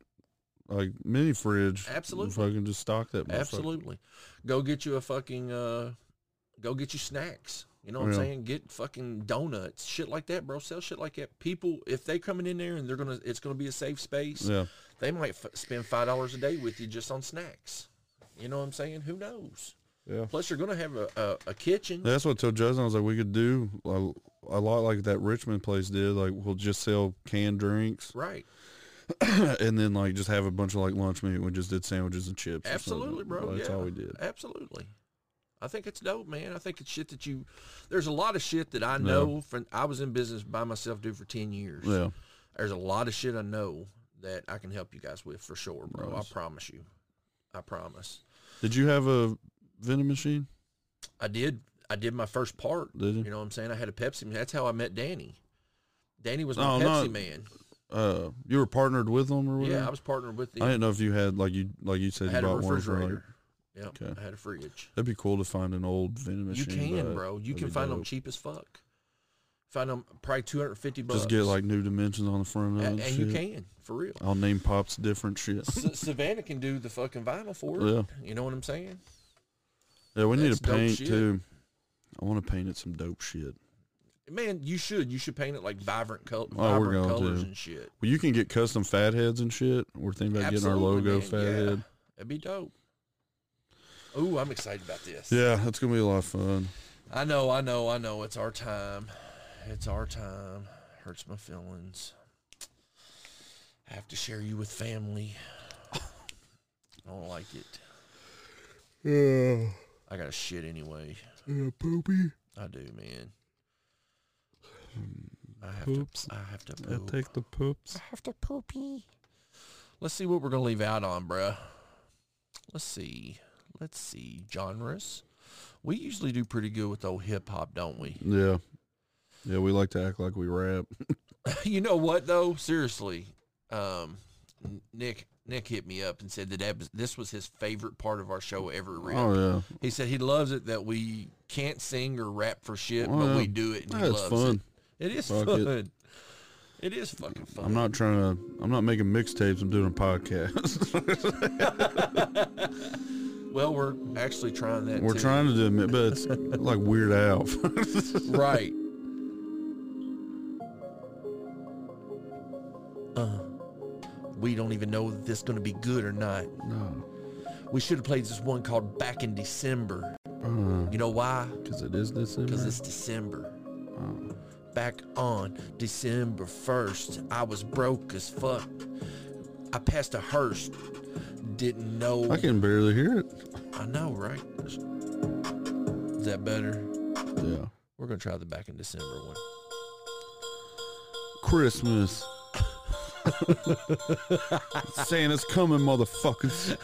like mini fridge. and Absolutely. fucking just stock that. motherfucker. Absolutely. Go get you a fucking uh go get you snacks. You know what Yeah. I'm saying? Get fucking donuts, shit like that, bro. Sell shit like that. People, if they coming in there and they're gonna, it's gonna be a safe space. Yeah. They might f- spend five dollars a day with you just on snacks. You know what I'm saying? Who knows? Yeah. Plus, you're gonna have a, a, a kitchen. That's what I told Justin. I was like, we could do a, a lot like that Richmond place did. Like, we'll just sell canned drinks Right. and then, like, just have a bunch of, like, lunch meat. We just did sandwiches and chips. or something. Absolutely, bro. That's yeah. all we did. Absolutely. I think it's dope, man. I think it's shit that you. There's a lot of shit that I No. know. From I was in business by myself, dude, for ten years. Yeah. There's a lot of shit I know that I can help you guys with for sure, bro. Nice. I promise you. I promise. Did you have a vending machine? I did. I did my first part. Did you? You know what I'm saying? I had a Pepsi. Man. That's how I met Danny. Danny was my Oh, Pepsi not- man. Uh, you were partnered with them or whatever? Yeah, I was partnered with I him. didn't know if you had, like, you like you said, I had you a bought one. For, like, refrigerator. Yeah, Okay. I had a fridge. that'd be cool to find an old vending You machine. can, but bro. You that'd can be find them dope. cheap as fuck. Find them probably two hundred fifty bucks. Just get, like, new dimensions on the front A- of and, it. you Oh, shit. can for real. I'll name pops different shit. S- Savannah can do the fucking vinyl for it. yeah. You know what I'm saying? Yeah, we need That's to dope paint shit. too. I want to paint it some dope shit. Man, you should. You should paint it like vibrant, col- Oh, we're vibrant going colors to. and shit. Well, you can get custom fat heads and shit. We're thinking about getting our Absolutely, logo man. fat Yeah. head. That'd be dope. Ooh, I'm excited about this. Yeah, that's gonna be a lot of fun. I know, I know, I know. It's our time. It's our time. Hurts my feelings. I have to share you with family. I don't like it. Yeah, I got to shit anyway. yeah, poopy. I do, man. I have to. Oops. I have to I poop. take the poops. have to poopy. Let's see what we're gonna leave out on, bruh. Let's see. Let's see genres. We usually do pretty good with old hip hop, don't we? Yeah, yeah. We like to act like we rap. you know what though? Seriously, um, N- Nick Nick hit me up and said that, that was, this was his favorite part of our show ever. Rip. Oh yeah, He said he loves it that we can't sing or rap for shit, Oh, but yeah. we do it and yeah he it's loves fun. it. It is Fuck it. fun. it is fucking fun. I'm not trying to. I'm not making mixtapes. I'm doing a podcast. Well, we're actually trying that. We're too. trying to do it, but it's like Weird Al. right. Uh, Uh-huh. we don't even know if this going to be good or not. no, We should have played this one called Back in December. because You know why? Uh, it is December. Because it's December. Oh. Back on December 1st, I was broke as fuck. I passed a hearse. Didn't know. I can barely hear it. I know, right? Is that better? Yeah. We're going to try the Back in December one. Christmas. Santa's coming, motherfuckers.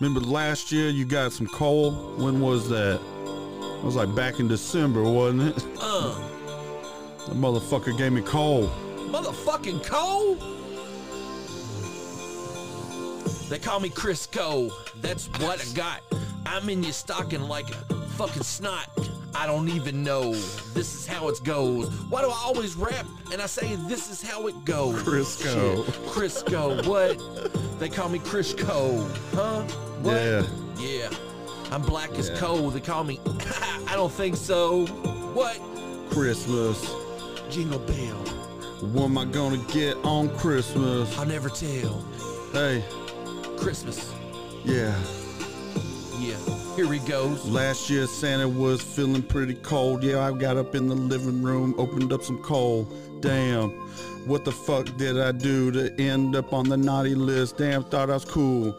Remember last year you got some coal? When was that? It was like back in December, wasn't it? Uh, The motherfucker gave me coal. motherfucking Cole. They call me Crisco. That's what I got. I'm in your stocking like a fucking snot. I don't even know. This is how it goes. Why do I always rap and I say this is how it goes? Crisco. Shit. Crisco. What? They call me Crisco. Huh? What? Yeah. Yeah. I'm black as Yeah. coal. They call me. I don't think so. What? Christmas. Jingle bell. What am I gonna get on Christmas? I'll never tell. Hey, Christmas. yeah. Yeah, here he goes. Last year Santa was feeling pretty cold. Yeah, I got up in the living room, opened up some coal. Damn, what the fuck did I do to end up on the naughty list? Damn, thought I was cool.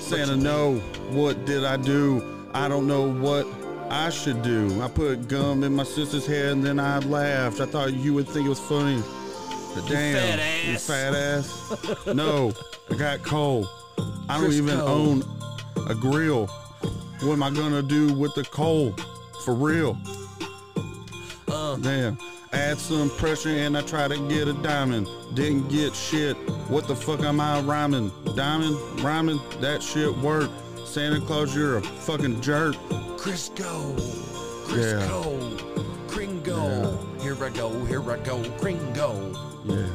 Santa, no, what did I do? I don't know what I should do. I put gum in my sister's hair and then I laughed. I thought you would think it was funny. But damn, fat you ass. fat ass. no, I got coal. I don't Chris even Cole. own a grill. What am I gonna do with the coal? For real. Uh, damn. Add some pressure and I try to get a diamond. Didn't get shit. What the fuck am I rhyming? Diamond, rhyming, that shit worked. Santa Claus, you're a fucking jerk. Crisco, Crisco, Kringo. Here I go, here I go, Kringo. Yeah,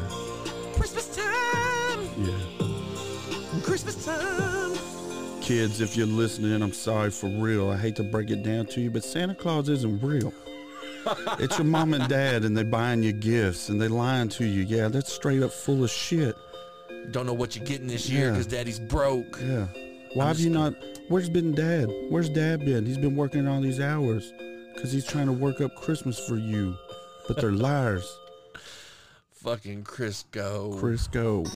Christmas time, yeah. Christmas time. Kids, if you're listening, I'm sorry for real. I hate to break it down to you, but Santa Claus isn't real. it's your mom and dad, and they buying you gifts, and they lying to you. Yeah, that's straight up full of shit. Don't know what you're getting this year Yeah. because daddy's broke. Yeah. Why have you not? Where's been dad? Where's dad been? He's been working all these hours because he's trying to work up Christmas for you. But they're liars. Fucking Crisco. Crisco.